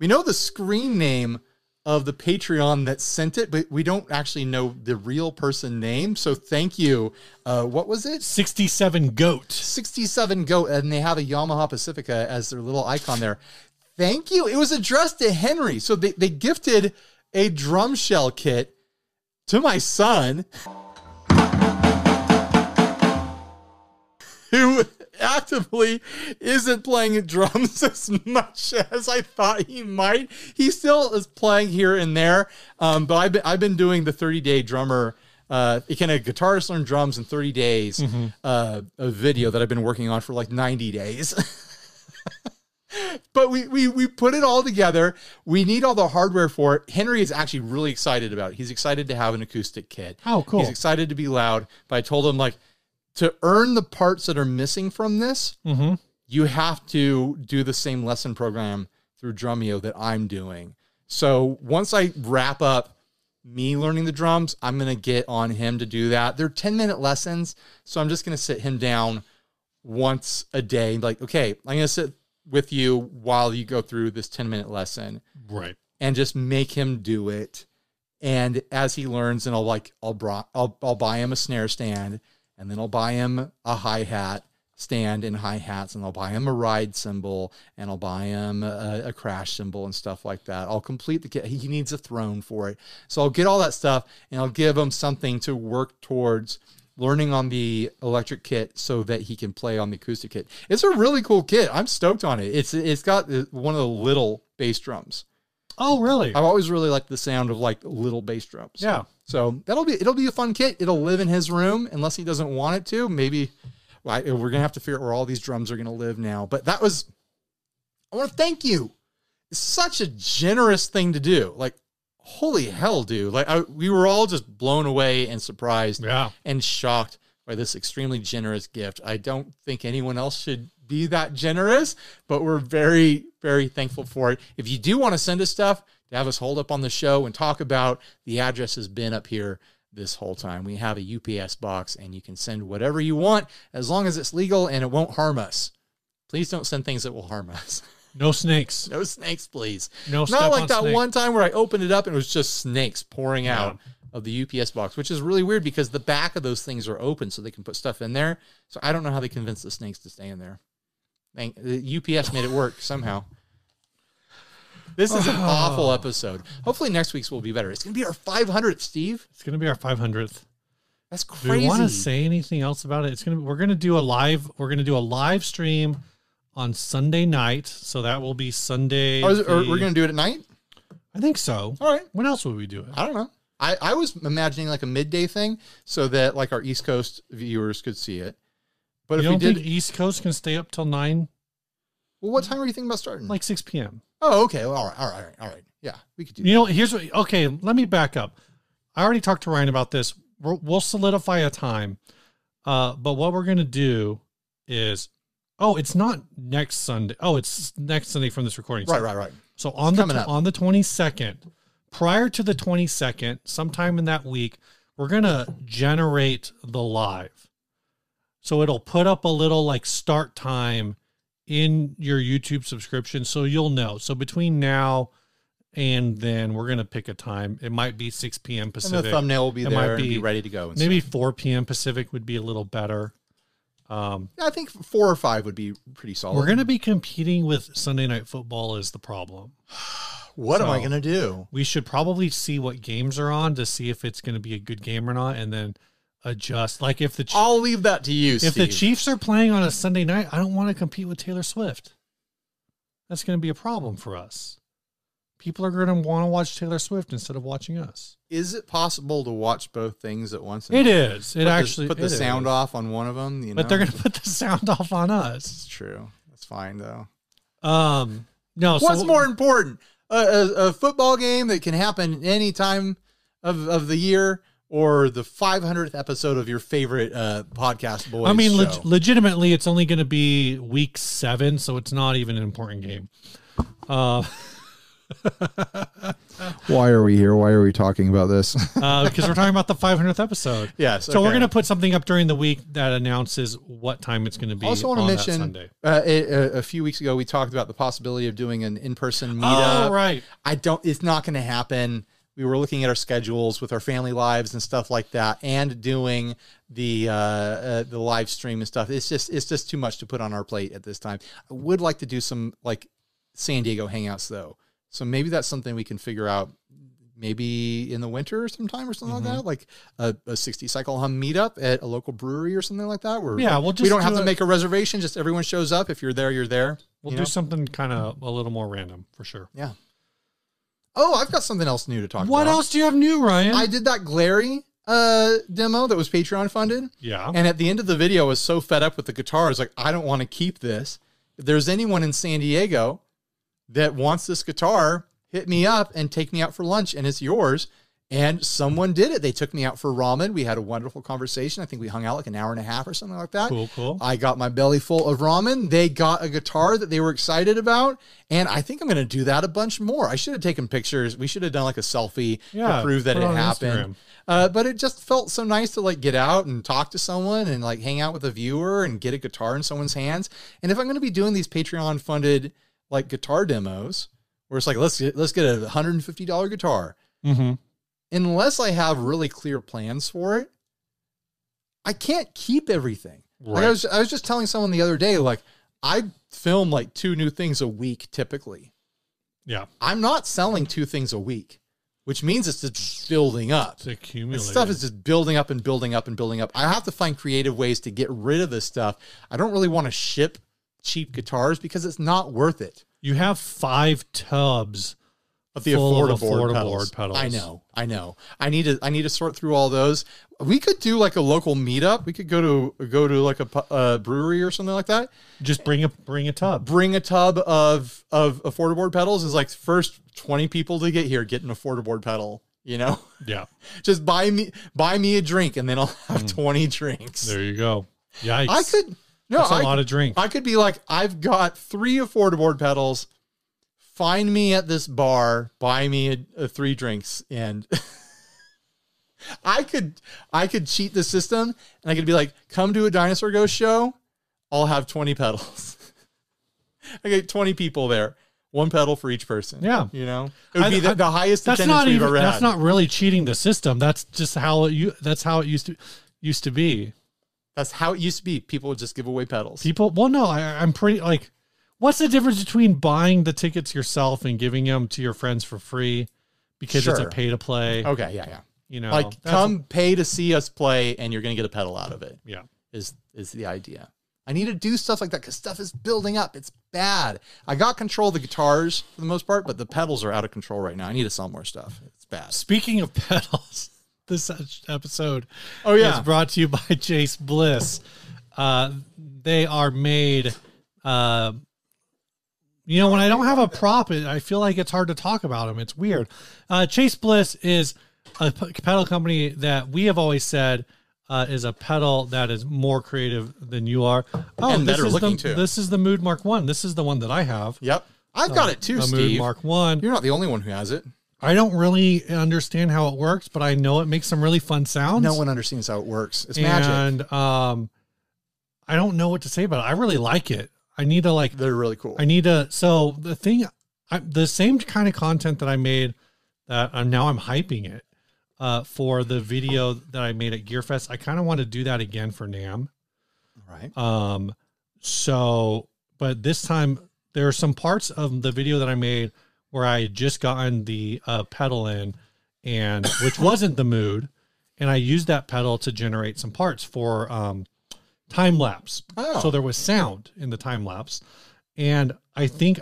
[SPEAKER 2] we know the screen name of the Patreon that sent it, but we don't actually know the real person name. So thank you. Uh, what was it?
[SPEAKER 1] 67 goat.
[SPEAKER 2] 67 Goat, and they have a Yamaha Pacifica as their little icon there. Thank you. It was addressed to Henry. So they, they gifted a drum shell kit to my son, who actively isn't playing drums as much as I thought he might. He still is playing here and there, um, but I've been, I've been doing the 30 day drummer. Uh, kind of guitarist learn drums in
[SPEAKER 1] Mm-hmm.
[SPEAKER 2] 30 days, uh, a video that I've been working on for like 90 days. but we, we we put it all together. We need all the hardware for it. Henry is actually really excited about it. He's excited to have an acoustic kit.
[SPEAKER 1] Oh, cool.
[SPEAKER 2] He's excited to be loud. But I told him like to earn the parts that are missing from this,
[SPEAKER 1] Mm-hmm.
[SPEAKER 2] you have to do the same lesson program through Drumeo that I'm doing. So once I wrap up me learning the drums, I'm going to get on him to do that. They're 10 minute lessons. So I'm just going to sit him down once a day. Like, okay, I'm going to sit with you while you go through this 10 minute lesson
[SPEAKER 1] Right.
[SPEAKER 2] and just make him do it. And as he learns, and I'll like I'll bro- I'll I'll buy him a snare stand, and then I'll buy him a hi hat stand and hi hats, and I'll buy him a ride cymbal, and I'll buy him a, a crash cymbal and stuff like that. I'll complete the kit. He needs a throne for it, so I'll get all that stuff, and I'll give him something to work towards learning on the electric kit so that he can play on the acoustic kit. It's a really cool kit. I'm stoked on it. It's it's got uh, one of the little bass drums.
[SPEAKER 1] Oh, really?
[SPEAKER 2] I've always really liked the sound of like little bass drums.
[SPEAKER 1] yeah.
[SPEAKER 2] So that'll be it'll be a fun kit. It'll live in his room unless he doesn't want it to. Maybe well, I- we're gonna have to figure out where all these drums are gonna live now. But that was I want to thank you. It's such a generous thing to do. Like holy hell, dude! Like I, we were all just blown away and surprised
[SPEAKER 1] Yeah.
[SPEAKER 2] and shocked by this extremely generous gift. I don't think anyone else should be that generous, but we're very, very thankful for it. If you do want to send us stuff to have us hold up on the show and talk about, the address has been up here this whole time. We have a UPS box and you can send whatever you want as long as it's legal and it won't harm us. Please don't send things that will harm us.
[SPEAKER 1] No snakes.
[SPEAKER 2] No snakes, please.
[SPEAKER 1] No
[SPEAKER 2] Not
[SPEAKER 1] step
[SPEAKER 2] like
[SPEAKER 1] on
[SPEAKER 2] that
[SPEAKER 1] snake.
[SPEAKER 2] one time where I opened it up and it was just snakes pouring out of the UPS box, which is really weird because the back of those things are open so they can put stuff in there. So I don't know how they convince the snakes to stay in there. Thank, the UPS made it work somehow. This is an awful episode. Hopefully next week's will be better. It's going to be our 500th, Steve.
[SPEAKER 1] It's gonna be our 500th.
[SPEAKER 2] That's
[SPEAKER 1] Do we want
[SPEAKER 2] crazy.
[SPEAKER 1] to say anything else about it? It's gonna. We're gonna do a live. We're gonna do a live stream on Sunday night. So that will be Sunday.
[SPEAKER 2] Or is it- or
[SPEAKER 1] the-
[SPEAKER 2] we're going to do it at night?
[SPEAKER 1] I think so.
[SPEAKER 2] All right.
[SPEAKER 1] When else would we do it?
[SPEAKER 2] I don't know. I, I was imagining like a midday thing so that like our East Coast viewers could see it. But
[SPEAKER 1] you
[SPEAKER 2] if we
[SPEAKER 1] don't
[SPEAKER 2] did,
[SPEAKER 1] think East Coast can stay up till nine,
[SPEAKER 2] well, what time are you thinking about starting?
[SPEAKER 1] Mm-hmm. like six p.m.
[SPEAKER 2] oh, okay, well, all right, all right, all right, all right. Yeah, we could do.
[SPEAKER 1] You know, here's what. Okay, let me back up. I already talked to Ryan about this. We're, we'll solidify a time. Uh, but what we're gonna do is, oh, it's not next Sunday. Oh, it's next Sunday from this recording.
[SPEAKER 2] that. Right, right, right.
[SPEAKER 1] So on the
[SPEAKER 2] coming up.
[SPEAKER 1] on the 22nd, prior to the 22nd, sometime in that week, we're going to generate the live. So it'll put up a little like start time in your YouTube subscription so you'll know. So between now and then we're going to pick a time. It might be 6 p.m.
[SPEAKER 2] And the
[SPEAKER 1] Pacific.
[SPEAKER 2] thumbnail will be
[SPEAKER 1] It
[SPEAKER 2] there
[SPEAKER 1] might
[SPEAKER 2] and be
[SPEAKER 1] be-
[SPEAKER 2] ready to go. And
[SPEAKER 1] Maybe 4 p.m. Pacific would be a little better. Um,
[SPEAKER 2] stuff. I think four or five would be pretty solid.
[SPEAKER 1] we're going to be competing with Sunday Night Football is the problem.
[SPEAKER 2] what am I
[SPEAKER 1] so-
[SPEAKER 2] gonna do?
[SPEAKER 1] we should probably see what games are on to see if it's going to be a good game or not, and then adjust. Like if the Ch-
[SPEAKER 2] I'll leave that to you,
[SPEAKER 1] if the
[SPEAKER 2] Steve.
[SPEAKER 1] Chiefs are playing on a Sunday night, I don't want to compete with Taylor Swift. That's going to be a problem for us. People are going to want to watch Taylor Swift instead of watching us.
[SPEAKER 2] Is it possible to watch both things at once?
[SPEAKER 1] It is. It
[SPEAKER 2] put the-
[SPEAKER 1] actually
[SPEAKER 2] put the sound off on one of them. You know?
[SPEAKER 1] but they're going to put the sound off on us.
[SPEAKER 2] It's true. That's fine though.
[SPEAKER 1] Um, no.
[SPEAKER 2] What's
[SPEAKER 1] so,
[SPEAKER 2] more important? A, a, a football game that can happen any time of, of the year or the 500th episode of your favorite uh, podcast boys
[SPEAKER 1] I mean,
[SPEAKER 2] show?
[SPEAKER 1] leg- legitimately, it's only going to be week seven, so it's not even an important game. Uh,
[SPEAKER 2] why are we here? Why are we talking about this?
[SPEAKER 1] uh, because we're talking about the 500th episode.
[SPEAKER 2] yes.
[SPEAKER 1] So we're
[SPEAKER 2] okay.
[SPEAKER 1] going to put something up during the week that announces what time it's going to be.
[SPEAKER 2] I also
[SPEAKER 1] want to
[SPEAKER 2] mention
[SPEAKER 1] Sunday.
[SPEAKER 2] uh, a, a- a few weeks ago we talked about the possibility of doing an in-person meetup.
[SPEAKER 1] Oh, right.
[SPEAKER 2] I don't. It's not going to happen. We were looking at our schedules with our family lives and stuff like that, and doing the uh, uh, the live stream and stuff. It's just it's just too much to put on our plate at this time. I would like to do some like San Diego hangouts though, so maybe that's something we can figure out. Maybe in the winter sometime or something
[SPEAKER 1] Mm-hmm.
[SPEAKER 2] like that, like a, a sixty cycle hum meetup at a local brewery or something like that. Where
[SPEAKER 1] Yeah, we'll
[SPEAKER 2] we
[SPEAKER 1] just
[SPEAKER 2] don't
[SPEAKER 1] do
[SPEAKER 2] have to
[SPEAKER 1] a-
[SPEAKER 2] make a reservation. Just everyone shows up. If you're there, you're there.
[SPEAKER 1] We'll
[SPEAKER 2] you
[SPEAKER 1] do
[SPEAKER 2] know?
[SPEAKER 1] something kind of a little more random for sure.
[SPEAKER 2] Yeah. Oh, I've got something else new to talk
[SPEAKER 1] What
[SPEAKER 2] about.
[SPEAKER 1] else do you have new, Ryan?
[SPEAKER 2] I did that Glary uh, demo that was Patreon funded.
[SPEAKER 1] yeah.
[SPEAKER 2] And at the end of the video, I was so fed up with the guitar. I was like, I don't want to keep this. If there's anyone in San Diego that wants this guitar, hit me up and take me out for lunch, and it's yours. And someone did it. They took me out for ramen. We had a wonderful conversation. I think we hung out like an hour and a half or something like that.
[SPEAKER 1] Cool, cool.
[SPEAKER 2] I got my belly full of ramen. They got a guitar that they were excited about. And I think I'm going to do that a bunch more. I should have taken pictures. We should have done like a selfie
[SPEAKER 1] Yeah,
[SPEAKER 2] to prove that
[SPEAKER 1] put
[SPEAKER 2] it
[SPEAKER 1] it on Instagram.
[SPEAKER 2] happened. Uh, but it just felt so nice to like get out and talk to someone and like hang out with a viewer and get a guitar in someone's hands. And if I'm going to be doing these Patreon funded like guitar demos where it's like, let's get, let's get a $150 guitar
[SPEAKER 1] Mm-hmm.
[SPEAKER 2] unless I have really clear plans for it, I can't keep everything. Like I
[SPEAKER 1] Right.
[SPEAKER 2] was I was just telling someone the other day, like I film like two new things a week typically.
[SPEAKER 1] Yeah,
[SPEAKER 2] I'm not selling two things a week, which means it's just building up.
[SPEAKER 1] it's accumulated.
[SPEAKER 2] This stuff is just building up and building up and building up. I have to find creative ways to get rid of this stuff. I don't really want to ship cheap guitars because it's not worth it.
[SPEAKER 1] you have five tubs.
[SPEAKER 2] of the
[SPEAKER 1] Full
[SPEAKER 2] affordable,
[SPEAKER 1] of affordable
[SPEAKER 2] pedals.
[SPEAKER 1] board pedals.
[SPEAKER 2] I know, I know. I need to, I need to sort through all those. We could do like a local meetup. We could go to go to like a pu- uh, brewery or something like that.
[SPEAKER 1] Just bring a bring a tub.
[SPEAKER 2] Bring a tub of of affordable board pedals. Is like first twenty people to get here get an affordable board pedal. You know,
[SPEAKER 1] Yeah,
[SPEAKER 2] just buy me buy me a drink, and then I'll have twenty drinks.
[SPEAKER 1] Hmm. there you go. Yikes!
[SPEAKER 2] I could no,
[SPEAKER 1] That's a
[SPEAKER 2] I,
[SPEAKER 1] lot of drink.
[SPEAKER 2] I could be like, I've got three affordable board pedals. Find me at this bar, buy me a, a three drinks, and I could I could cheat the system and I could be like, come to a dinosaur ghost show, I'll have 20 pedals. I get 20 people there. One pedal for each person.
[SPEAKER 1] Yeah.
[SPEAKER 2] You know? It would
[SPEAKER 1] I-
[SPEAKER 2] be the,
[SPEAKER 1] I-
[SPEAKER 2] the highest
[SPEAKER 1] that's
[SPEAKER 2] attendance
[SPEAKER 1] not
[SPEAKER 2] we've
[SPEAKER 1] even.
[SPEAKER 2] ever
[SPEAKER 1] That's
[SPEAKER 2] had.
[SPEAKER 1] not really cheating the system. That's just how it, you. That's how it used to used to be.
[SPEAKER 2] That's how it used to be. People would just give away pedals.
[SPEAKER 1] People. Well, no, I, I'm pretty like. What's the difference between buying the tickets yourself and giving them to your friends for free? Because it's
[SPEAKER 2] Sure.
[SPEAKER 1] a pay to play.
[SPEAKER 2] Okay, yeah, yeah.
[SPEAKER 1] You know,
[SPEAKER 2] like
[SPEAKER 1] That's-
[SPEAKER 2] come pay to see us play and you're gonna get a pedal out of it
[SPEAKER 1] Yeah.
[SPEAKER 2] is is the idea i need to do stuff like that because stuff is building up it's bad i got control of the guitars for the most part but the pedals are out of control right now i need to sell more stuff it's bad
[SPEAKER 1] Speaking of pedals, this episode
[SPEAKER 2] Oh, yeah.
[SPEAKER 1] is brought to you by Chase Bliss. Uh, they are made. Uh, you know, when I don't have a prop, it, I feel like it's hard to talk about them. It's weird. Uh, Chase Bliss is a p- pedal company that we have always said uh, is a pedal that is more creative than you are. Oh,
[SPEAKER 2] And
[SPEAKER 1] this
[SPEAKER 2] better
[SPEAKER 1] is
[SPEAKER 2] looking,
[SPEAKER 1] the,
[SPEAKER 2] too.
[SPEAKER 1] This is the Mood Mark One. This is the one that I have.
[SPEAKER 2] yep i've got it too
[SPEAKER 1] the Mood
[SPEAKER 2] steve
[SPEAKER 1] Mark One.
[SPEAKER 2] you're not the only one who has it
[SPEAKER 1] I don't really understand how it works, but I know it makes some really fun sounds.
[SPEAKER 2] no one understands how it works it's magic
[SPEAKER 1] and um, I don't know what to say about it. I really like it. I need to like.
[SPEAKER 2] they're really cool
[SPEAKER 1] I need to. So the thing, I, the same kind of content that I made that I'm now I'm hyping it uh, for the video that I made at Gearfest. I kind of want to do that again for Nam.
[SPEAKER 2] right
[SPEAKER 1] Um, so, but this time there are some parts of the video that I made where I had just gotten the uh, pedal in, and which wasn't the mood, and I used that pedal to generate some parts for um, time lapse.
[SPEAKER 2] Oh.
[SPEAKER 1] So there was sound in the time lapse, and I think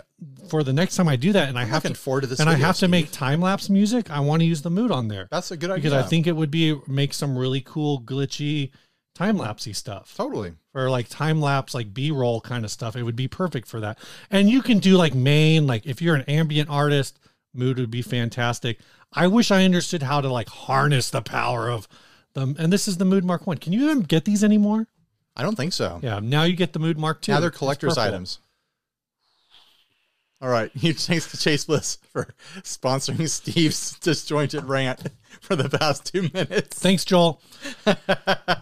[SPEAKER 1] for the next time I do that, and I have
[SPEAKER 2] looking
[SPEAKER 1] to
[SPEAKER 2] forward to this
[SPEAKER 1] and I
[SPEAKER 2] video,
[SPEAKER 1] have to
[SPEAKER 2] Steve.
[SPEAKER 1] make time lapse music, I want to use the mood on there
[SPEAKER 2] that's a good idea
[SPEAKER 1] because I think it would be make some really cool glitchy time lapsey stuff
[SPEAKER 2] totally
[SPEAKER 1] or like time lapse, like B roll kind of stuff. It would be perfect for that. And you can do like main, like if you're an ambient artist, mood would be fantastic. I wish I understood how to like harness the power of them. And this is the Mood Mark One. Can you even get these anymore?
[SPEAKER 2] i don't think so
[SPEAKER 1] Yeah. Now you get the Mood Mark Two.
[SPEAKER 2] now they're
[SPEAKER 1] It's
[SPEAKER 2] collector's
[SPEAKER 1] purple.
[SPEAKER 2] items all right you thanks to chase bliss for sponsoring steve's disjointed rant for the past two minutes
[SPEAKER 1] Thanks, Joel.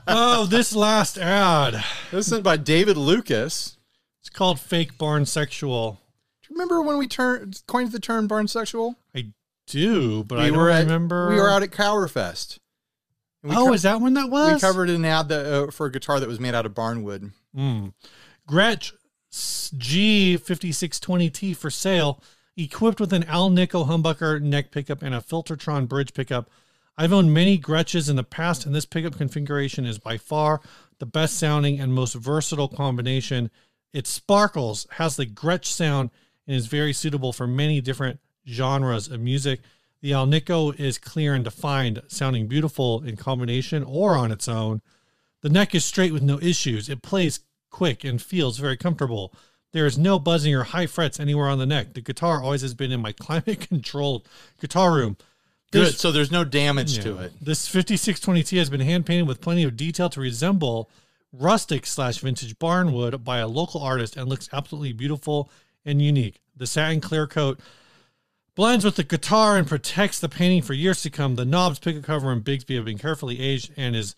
[SPEAKER 1] oh, this last ad.
[SPEAKER 2] this is sent by david lucas
[SPEAKER 1] It's called Fake Barn Sexual.
[SPEAKER 2] do you remember when we turned coined the term barn sexual
[SPEAKER 1] I do, but
[SPEAKER 2] we
[SPEAKER 1] I don't
[SPEAKER 2] were at,
[SPEAKER 1] remember.
[SPEAKER 2] we were out at cowerfest And we
[SPEAKER 1] oh,
[SPEAKER 2] co-
[SPEAKER 1] is that when that was?
[SPEAKER 2] we covered an ad that, uh, for a guitar that was made out of barnwood
[SPEAKER 1] Mm. Gretsch G5620T for sale, equipped with an Al Nico humbucker neck pickup and a Filtertron bridge pickup. I've owned many Gretches in the past, and this pickup configuration is by far the best sounding and most versatile combination. It sparkles, has the Gretsch sound, and is very suitable for many different genres of music. The Al Nico is clear and defined, sounding beautiful in combination or on its own. The neck is straight with no issues. It plays quick and feels very comfortable. There is no buzzing or high frets anywhere on the neck. The guitar always has been in my climate controlled guitar room.
[SPEAKER 2] Good. So there's no damage to
[SPEAKER 1] Yeah.
[SPEAKER 2] it.
[SPEAKER 1] This 5620T has been hand painted with plenty of detail to resemble rustic slash vintage barn wood by a local artist and looks absolutely beautiful and unique. The satin clear coat blends with the guitar and protects the painting for years to come. The knobs, picket cover, and Bigsby have been carefully aged and is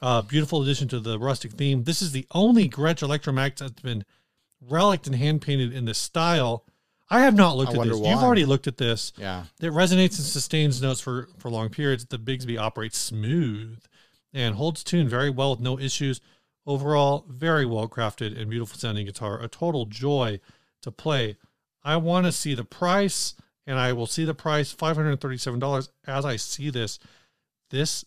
[SPEAKER 1] a beautiful addition to the rustic theme. This is the only Gretsch Electromax that's been relicked and hand painted in this style. I have not looked
[SPEAKER 2] I
[SPEAKER 1] at
[SPEAKER 2] wonder
[SPEAKER 1] this.
[SPEAKER 2] why.
[SPEAKER 1] You've already looked at this.
[SPEAKER 2] Yeah.
[SPEAKER 1] It resonates and sustains notes for, for long periods. The Bigsby operates smooth and holds tune very well with no issues. Overall, very well crafted and beautiful sounding guitar. A total joy to play. I want to see the price, and I will see the price $537 as I see this. This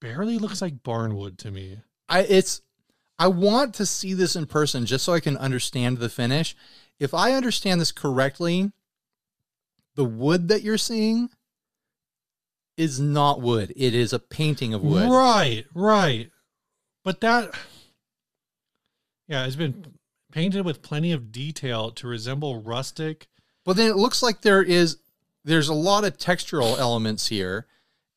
[SPEAKER 1] barely looks like barnwood to me.
[SPEAKER 2] I it's I want to see this in person just so I can understand the finish. If I understand this correctly, the wood that you're seeing is not wood. It is a painting of wood.
[SPEAKER 1] Right, right. But that, yeah, it's been painted with plenty of detail to resemble rustic.
[SPEAKER 2] But then it looks like there is there's a lot of textural elements here,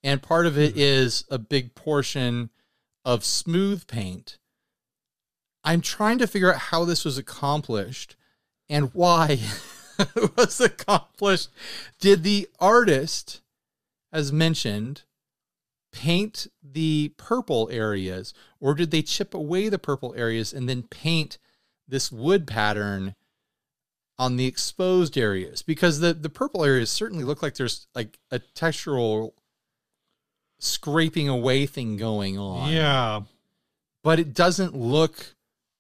[SPEAKER 2] and part of it is a big portion of smooth paint. I'm trying to figure out how this was accomplished and why it was accomplished. Did the artist, as mentioned, paint the purple areas, or did they chip away the purple areas and then paint this wood pattern on the exposed areas? Because the, the purple areas certainly look like there's like a textural scraping away thing going on
[SPEAKER 1] Yeah.
[SPEAKER 2] but it doesn't look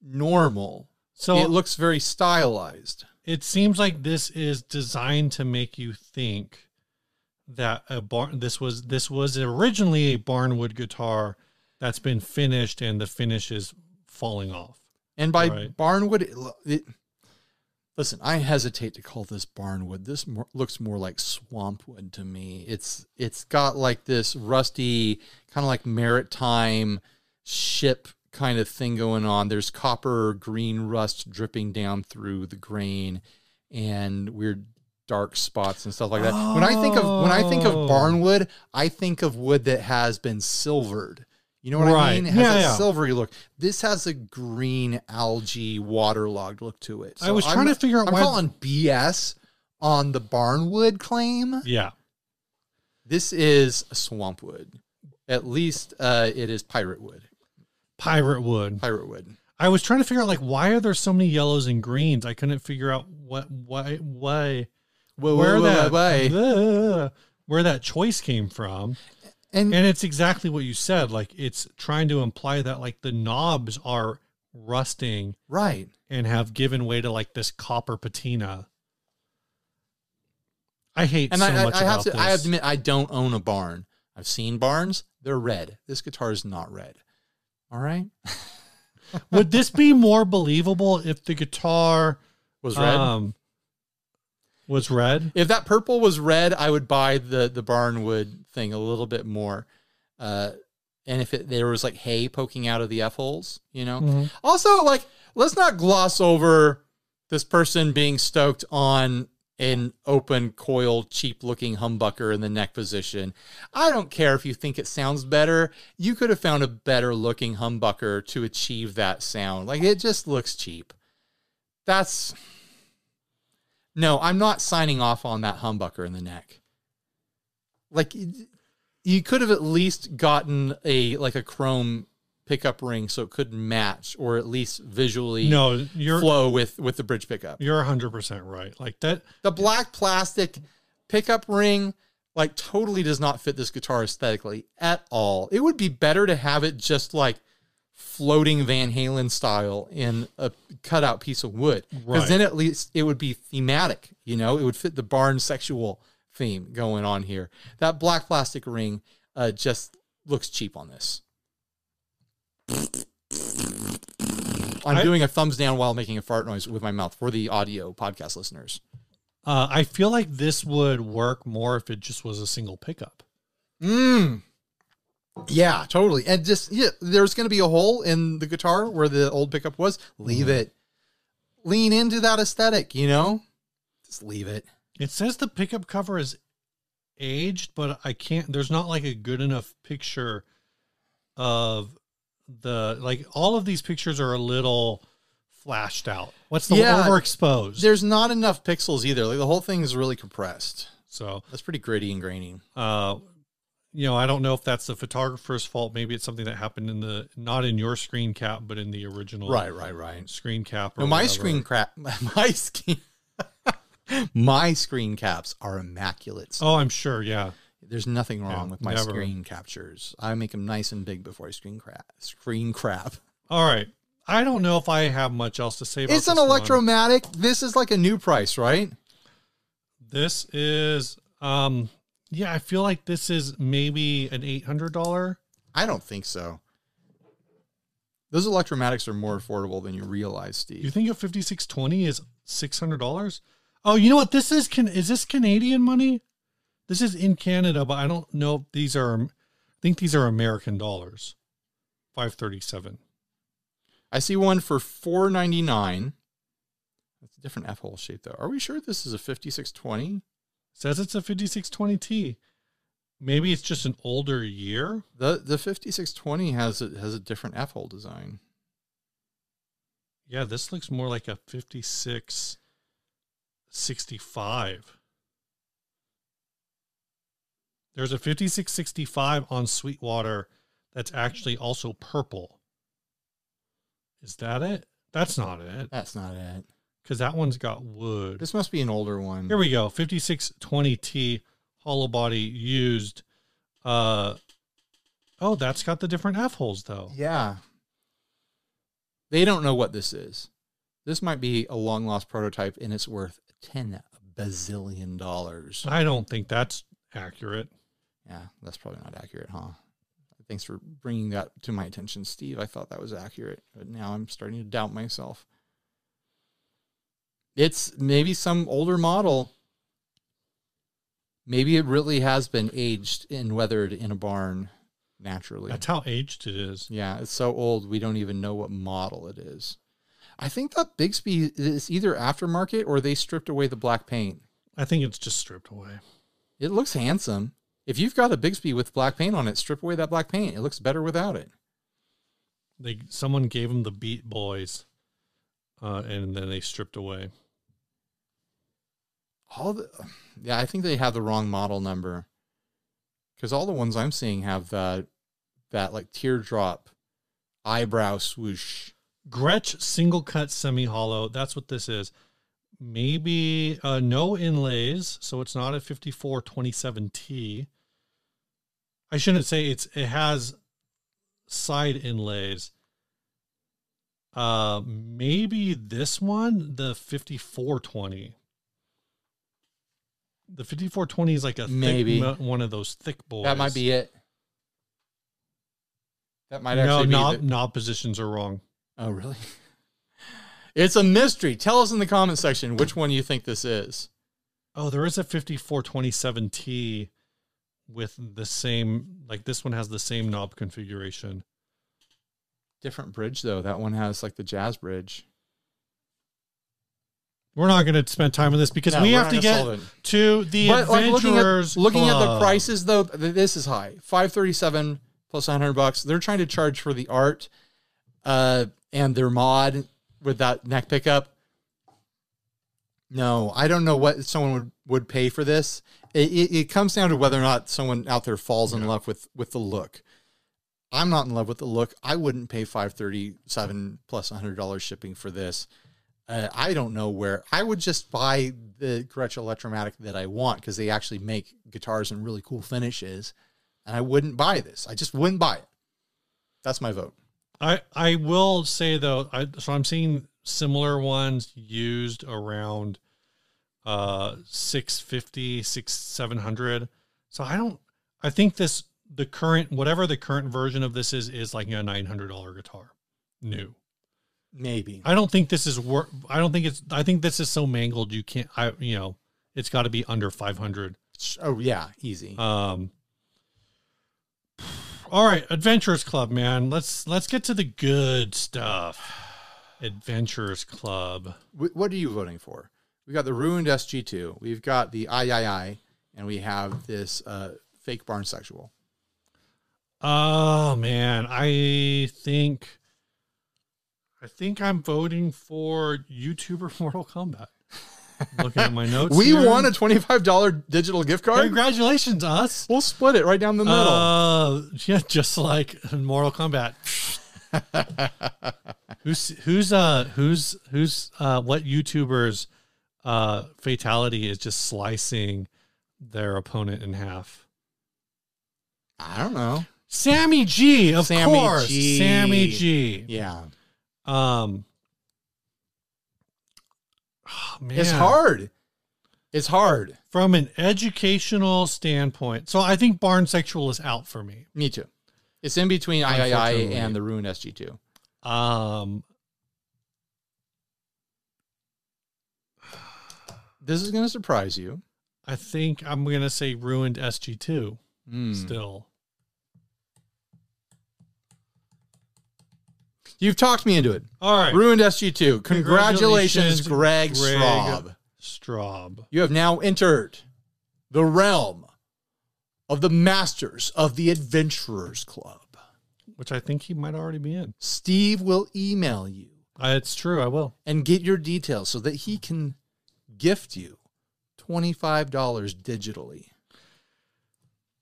[SPEAKER 2] normal.
[SPEAKER 1] So
[SPEAKER 2] it looks very stylized.
[SPEAKER 1] it seems like this is designed to make you think that a barn this was this was originally a barnwood guitar that's been finished and the finish is falling off.
[SPEAKER 2] And by
[SPEAKER 1] Right.
[SPEAKER 2] barnwood, it, lo- it, listen, I hesitate to call this barnwood. This more, looks more like swampwood to me. It's it's got like this rusty kind of like maritime ship kind of thing going on. There's copper green rust dripping down through the grain, and weird dark spots and stuff like that. When I think of when I think of
[SPEAKER 1] Oh.
[SPEAKER 2] barnwood, I think of wood that has been silvered. You know what I
[SPEAKER 1] Right.
[SPEAKER 2] mean? It has
[SPEAKER 1] Yeah,
[SPEAKER 2] a
[SPEAKER 1] yeah.
[SPEAKER 2] silvery look. This has a green algae waterlogged look to it.
[SPEAKER 1] I was trying
[SPEAKER 2] I'm-
[SPEAKER 1] to figure out
[SPEAKER 2] I'm
[SPEAKER 1] why
[SPEAKER 2] calling BS on the barnwood claim.
[SPEAKER 1] Yeah.
[SPEAKER 2] This is a swampwood. At least uh, it is pirate wood.
[SPEAKER 1] Pirate wood.
[SPEAKER 2] Pirate wood.
[SPEAKER 1] I was trying to figure out like why are there so many yellows and greens? I couldn't figure out what why why
[SPEAKER 2] Whoa,
[SPEAKER 1] where
[SPEAKER 2] whoa, whoa,
[SPEAKER 1] that
[SPEAKER 2] whoa, whoa.
[SPEAKER 1] Ugh. where that choice came from.
[SPEAKER 2] And
[SPEAKER 1] And it's exactly what you said. Like it's trying to imply that like the knobs are rusting
[SPEAKER 2] right.
[SPEAKER 1] and have given way to like this copper patina. I hate
[SPEAKER 2] And
[SPEAKER 1] so
[SPEAKER 2] I,
[SPEAKER 1] much
[SPEAKER 2] I, I
[SPEAKER 1] about
[SPEAKER 2] have to
[SPEAKER 1] this.
[SPEAKER 2] I admit I don't own a barn. I've seen barns. They're red. This guitar is not red. All right.
[SPEAKER 1] Would this be more believable if the guitar
[SPEAKER 2] Was red.
[SPEAKER 1] um, was red?
[SPEAKER 2] If that purple was red, I would buy the the barnwood thing a little bit more. Uh, and if it, there was like hay poking out of the f holes, you know.
[SPEAKER 1] Mhm.
[SPEAKER 2] Also, like let's not gloss over this person being stoked on an open coil, cheap looking humbucker in the neck position. I don't care if you think it sounds better. You could have found a better looking humbucker to achieve that sound. Like it just looks cheap. That's no, I'm not signing off on that humbucker in the neck. Like y- you could have at least gotten a like a chrome pickup ring so it could match or at least visually
[SPEAKER 1] No, you're
[SPEAKER 2] flow with with the bridge pickup.
[SPEAKER 1] you're hundred percent right. Like that
[SPEAKER 2] The black plastic pickup ring like totally does not fit this guitar aesthetically at all. It would be better to have it just like floating Van Halen style in a cutout piece of wood. Because
[SPEAKER 1] Right.
[SPEAKER 2] then at least it would be thematic, you know, it would fit the barn sexual theme going on here. That black plastic ring uh, just looks cheap on this. I'm
[SPEAKER 1] I-
[SPEAKER 2] doing a thumbs down while making a fart noise with my mouth for the audio podcast listeners.
[SPEAKER 1] uh, I feel like this would work more if it just was a single pickup.
[SPEAKER 2] Mm. Yeah, totally. And Mm-hmm. just yeah, there's going to be a hole in the guitar where the old pickup was. Leave it. lean into that aesthetic, you know? Just leave it.
[SPEAKER 1] It says the pickup cover is aged, but I can't. There's not like a good enough picture of the like. All of these pictures are a little flashed out. What's the
[SPEAKER 2] Yeah.
[SPEAKER 1] overexposed?
[SPEAKER 2] There's not enough pixels either. Like the whole thing is really compressed.
[SPEAKER 1] so
[SPEAKER 2] That's pretty gritty and grainy.
[SPEAKER 1] uh, you know, I don't know if that's the photographer's fault. Maybe it's something that happened in the not in your screen cap, but in the original
[SPEAKER 2] Right, right, right.
[SPEAKER 1] screen cap. Or
[SPEAKER 2] No, my
[SPEAKER 1] whatever.
[SPEAKER 2] screen crap. My screen. my screen caps are immaculate.
[SPEAKER 1] Oh, I'm sure. Yeah,
[SPEAKER 2] There's nothing wrong
[SPEAKER 1] Yeah,
[SPEAKER 2] with my
[SPEAKER 1] never.
[SPEAKER 2] screen captures. I make them nice and big before I screen crap. Screen crap.
[SPEAKER 1] All right. I don't know if I have much else to say about
[SPEAKER 2] It's an
[SPEAKER 1] this one.
[SPEAKER 2] electromatic. This is like a new price, right?
[SPEAKER 1] This is um yeah, I feel like this is maybe an eight hundred dollar.
[SPEAKER 2] I don't think so. Those electromatics are more affordable than you realize, Steve.
[SPEAKER 1] You think a fifty six twenty is six hundred dollars? Oh, you know what? This is can is this Canadian money? This is in Canada, but I don't know if these are I think these are American dollars. Five thirty seven.
[SPEAKER 2] I see one for four ninety nine. That's a different F hole shape, though. Are we sure this is a fifty six twenty?
[SPEAKER 1] Says it's a fifty six twenty T. Maybe it's just an older year.
[SPEAKER 2] The the fifty six twenty has a, has a different F hole design.
[SPEAKER 1] Yeah, this looks more like a 56 65. There's a 56 65 on Sweetwater that's actually also purple. Is that it? That's not it
[SPEAKER 2] That's not it.
[SPEAKER 1] because that one's got wood.
[SPEAKER 2] This must be an older one.
[SPEAKER 1] Here we go 5620T hollow body used. Uh, oh, that's got the different F holes though.
[SPEAKER 2] Yeah. They don't know what this is. This might be a long lost prototype and it's worth 10 bazillion dollars.
[SPEAKER 1] I don't think that's accurate.
[SPEAKER 2] Yeah, that's probably not accurate, huh? Thanks for bringing that to my attention, Steve. I thought that was accurate, but now I'm starting to doubt myself. It's maybe some older model. Maybe it really has been aged and weathered in a barn naturally.
[SPEAKER 1] That's how aged it is.
[SPEAKER 2] Yeah, it's so old we don't even know what model it is. I think that Bixby is either aftermarket or they stripped away the black paint.
[SPEAKER 1] I think it's just stripped away.
[SPEAKER 2] It looks handsome. If you've got a Bixby with black paint on it, strip away that black paint. It looks better without it.
[SPEAKER 1] They someone gave them the Beat Boys, uh, and then they stripped away.
[SPEAKER 2] All the, yeah, I think they have the wrong model number because all the ones I'm seeing have that that like teardrop eyebrow swoosh.
[SPEAKER 1] Gretsch single cut semi hollow. That's what this is. Maybe uh, no inlays, so it's not a 5427T. I shouldn't say it's it has side inlays. Uh, maybe this one, the 5420. The 5420 is like a
[SPEAKER 2] Maybe.
[SPEAKER 1] thick, mo- one of those thick boys.
[SPEAKER 2] That might be it. That might
[SPEAKER 1] no
[SPEAKER 2] actually be
[SPEAKER 1] knob
[SPEAKER 2] the-
[SPEAKER 1] knob positions are wrong.
[SPEAKER 2] Oh, really? It's a mystery. Tell us in the comment section which one you think this is.
[SPEAKER 1] Oh, there is a 5427T with the same, like this one has the same knob configuration.
[SPEAKER 2] Different bridge, though. That one has like the jazz bridge.
[SPEAKER 1] We're not going to spend time on this because
[SPEAKER 2] No,
[SPEAKER 1] we
[SPEAKER 2] we're
[SPEAKER 1] have
[SPEAKER 2] not
[SPEAKER 1] to
[SPEAKER 2] gonna
[SPEAKER 1] get
[SPEAKER 2] solve it.
[SPEAKER 1] to the
[SPEAKER 2] But like looking at
[SPEAKER 1] Adventurers.
[SPEAKER 2] looking at the
[SPEAKER 1] Club.
[SPEAKER 2] prices, though, th- this is high. Five thirty-seven plus one hundred bucks. They're trying to charge for the art, uh, and their mod with that neck pickup. No, I don't know what someone would, would pay for this. It, it, it comes down to whether or not someone out there falls in love with with the look. I'm not in love with the look. I wouldn't pay five thirty seven plus one hundred dollars shipping for this. Uh, I don't know where I would just buy the Gretsch Electromatic that I want because they actually make guitars and really cool finishes, and I wouldn't buy this. I just wouldn't buy it. That's my vote.
[SPEAKER 1] I, I will say though, I, so I'm seeing similar ones used around uh 650, 6, 700. So I don't, I think this, the current, whatever the current version of this is, is like a $900 guitar new.
[SPEAKER 2] Maybe
[SPEAKER 1] I don't think this is worth. I don't think it's. I think this is so mangled. You can't. I. You know, it's got to be under five hundred.
[SPEAKER 2] Oh yeah, easy.
[SPEAKER 1] Um. All right, Adventurers Club, man. Let's let's get to the good stuff. Adventurers Club.
[SPEAKER 2] Wh- What are you voting for? We got the ruined SG2. We've got the III, and we have this uh, fake barn sexual.
[SPEAKER 1] Oh man, I think I think I'm voting for YouTuber Mortal Kombat. Looking at my notes.
[SPEAKER 2] We
[SPEAKER 1] here.
[SPEAKER 2] won a twenty-five dollar digital gift card.
[SPEAKER 1] Congratulations, us.
[SPEAKER 2] We'll split it right down the middle.
[SPEAKER 1] Uh, yeah, just like in Mortal Kombat. who's who's uh who's who's uh what YouTuber's uh fatality is just slicing their opponent in half?
[SPEAKER 2] I don't know.
[SPEAKER 1] Sammy G, of
[SPEAKER 2] Sammy
[SPEAKER 1] course.
[SPEAKER 2] G.
[SPEAKER 1] Sammy G.
[SPEAKER 2] Yeah,
[SPEAKER 1] Um oh, man.
[SPEAKER 2] it's hard. It's hard.
[SPEAKER 1] From an educational standpoint. So I think Barn Sexual is out for me.
[SPEAKER 2] Me too. It's in between III
[SPEAKER 1] Unfortunately.
[SPEAKER 2] and the ruined SG2.
[SPEAKER 1] Um
[SPEAKER 2] This is going to surprise you.
[SPEAKER 1] I think I'm gonna say ruined SG2
[SPEAKER 2] Hmm.
[SPEAKER 1] still.
[SPEAKER 2] You've talked me into it.
[SPEAKER 1] All right.
[SPEAKER 2] Ruined SG2. Congratulations,
[SPEAKER 1] Congratulations,
[SPEAKER 2] Greg,
[SPEAKER 1] Greg.
[SPEAKER 2] Straub.
[SPEAKER 1] Straub.
[SPEAKER 2] You have now entered the realm of the masters of the Adventurers Club.
[SPEAKER 1] Which I think he might already be in.
[SPEAKER 2] Steve will email you
[SPEAKER 1] Uh, it's true, I will.
[SPEAKER 2] and get your details so that he can gift you $25 digitally.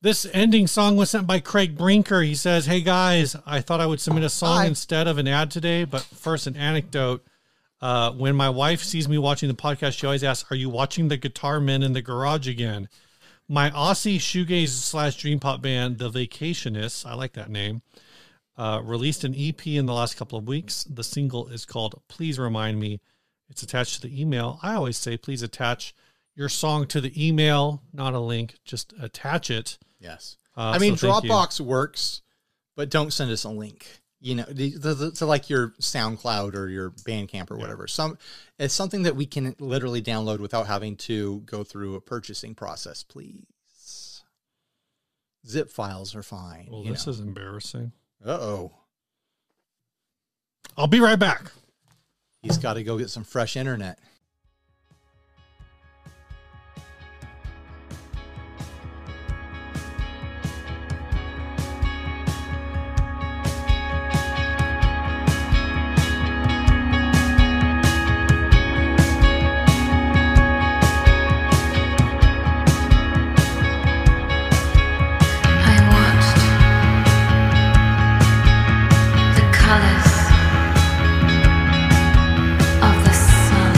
[SPEAKER 1] This ending song was sent by Craig Brinker. He says, Hey guys, I thought I would submit a song
[SPEAKER 2] Hi.
[SPEAKER 1] instead of an ad today, but first, an anecdote. Uh, when my wife sees me watching the podcast, she always asks, Are you watching the Guitar Men in the Garage again? My Aussie shoegaze slash dream pop band, The Vacationists, I like that name, uh, released an EP in the last couple of weeks. The single is called Please Remind Me. It's attached to the email. I always say, Please attach your song to the email, not a link, just attach it.
[SPEAKER 2] Yes.
[SPEAKER 1] Uh,
[SPEAKER 2] I mean,
[SPEAKER 1] so thank you.
[SPEAKER 2] Dropbox works, but don't send us a link. You know, the, the, the, to like your SoundCloud or your Bandcamp or whatever. Some it's something that we can literally download without having to go through a purchasing process. Please, zip files are fine.
[SPEAKER 1] Well, this is embarrassing.
[SPEAKER 2] uh oh,
[SPEAKER 1] I'll be right back.
[SPEAKER 2] he's got to go get some fresh internet.
[SPEAKER 3] I watched the colors of the sun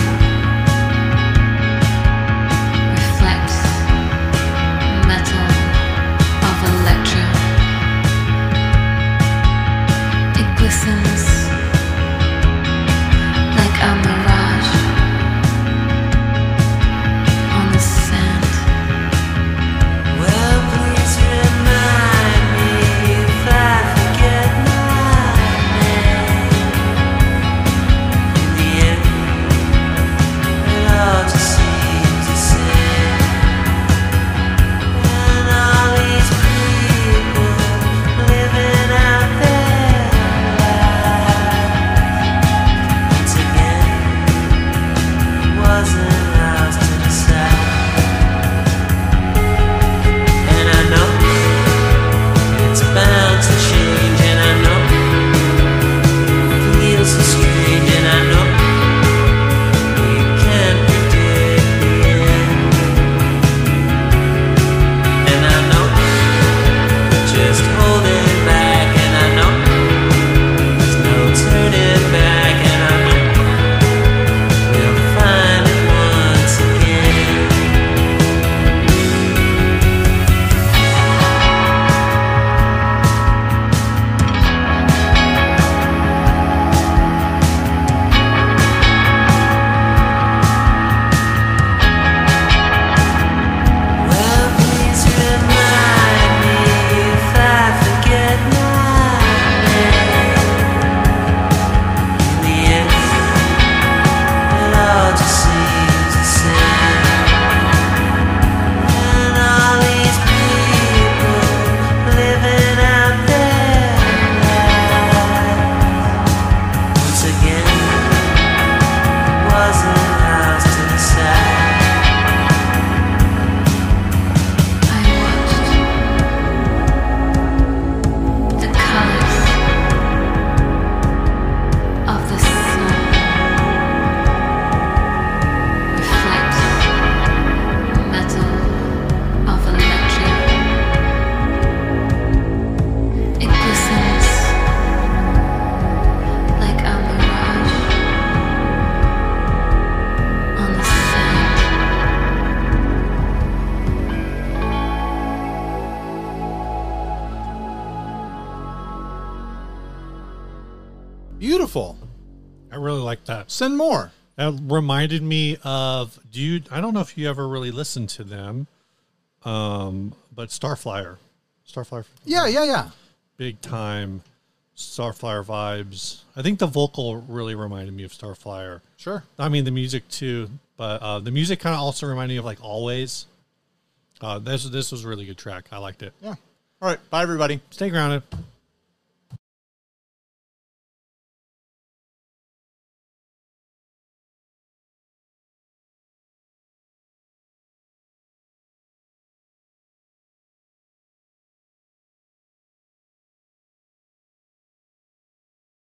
[SPEAKER 2] Beautiful.
[SPEAKER 1] I really like that.
[SPEAKER 2] Send more.
[SPEAKER 1] That reminded me of do you I don't know if you ever really listened to them. Um, but Starflyer. Starflyer
[SPEAKER 2] Yeah, yeah, yeah.
[SPEAKER 1] big time Starflyer vibes. I think the vocal really reminded me of Starflyer.
[SPEAKER 2] Sure.
[SPEAKER 1] I mean the music too, but uh, the music kind of also reminded me of like Always. Uh, this this was a really good track. I liked it.
[SPEAKER 2] Yeah. All right. Bye, everybody.
[SPEAKER 1] Stay grounded.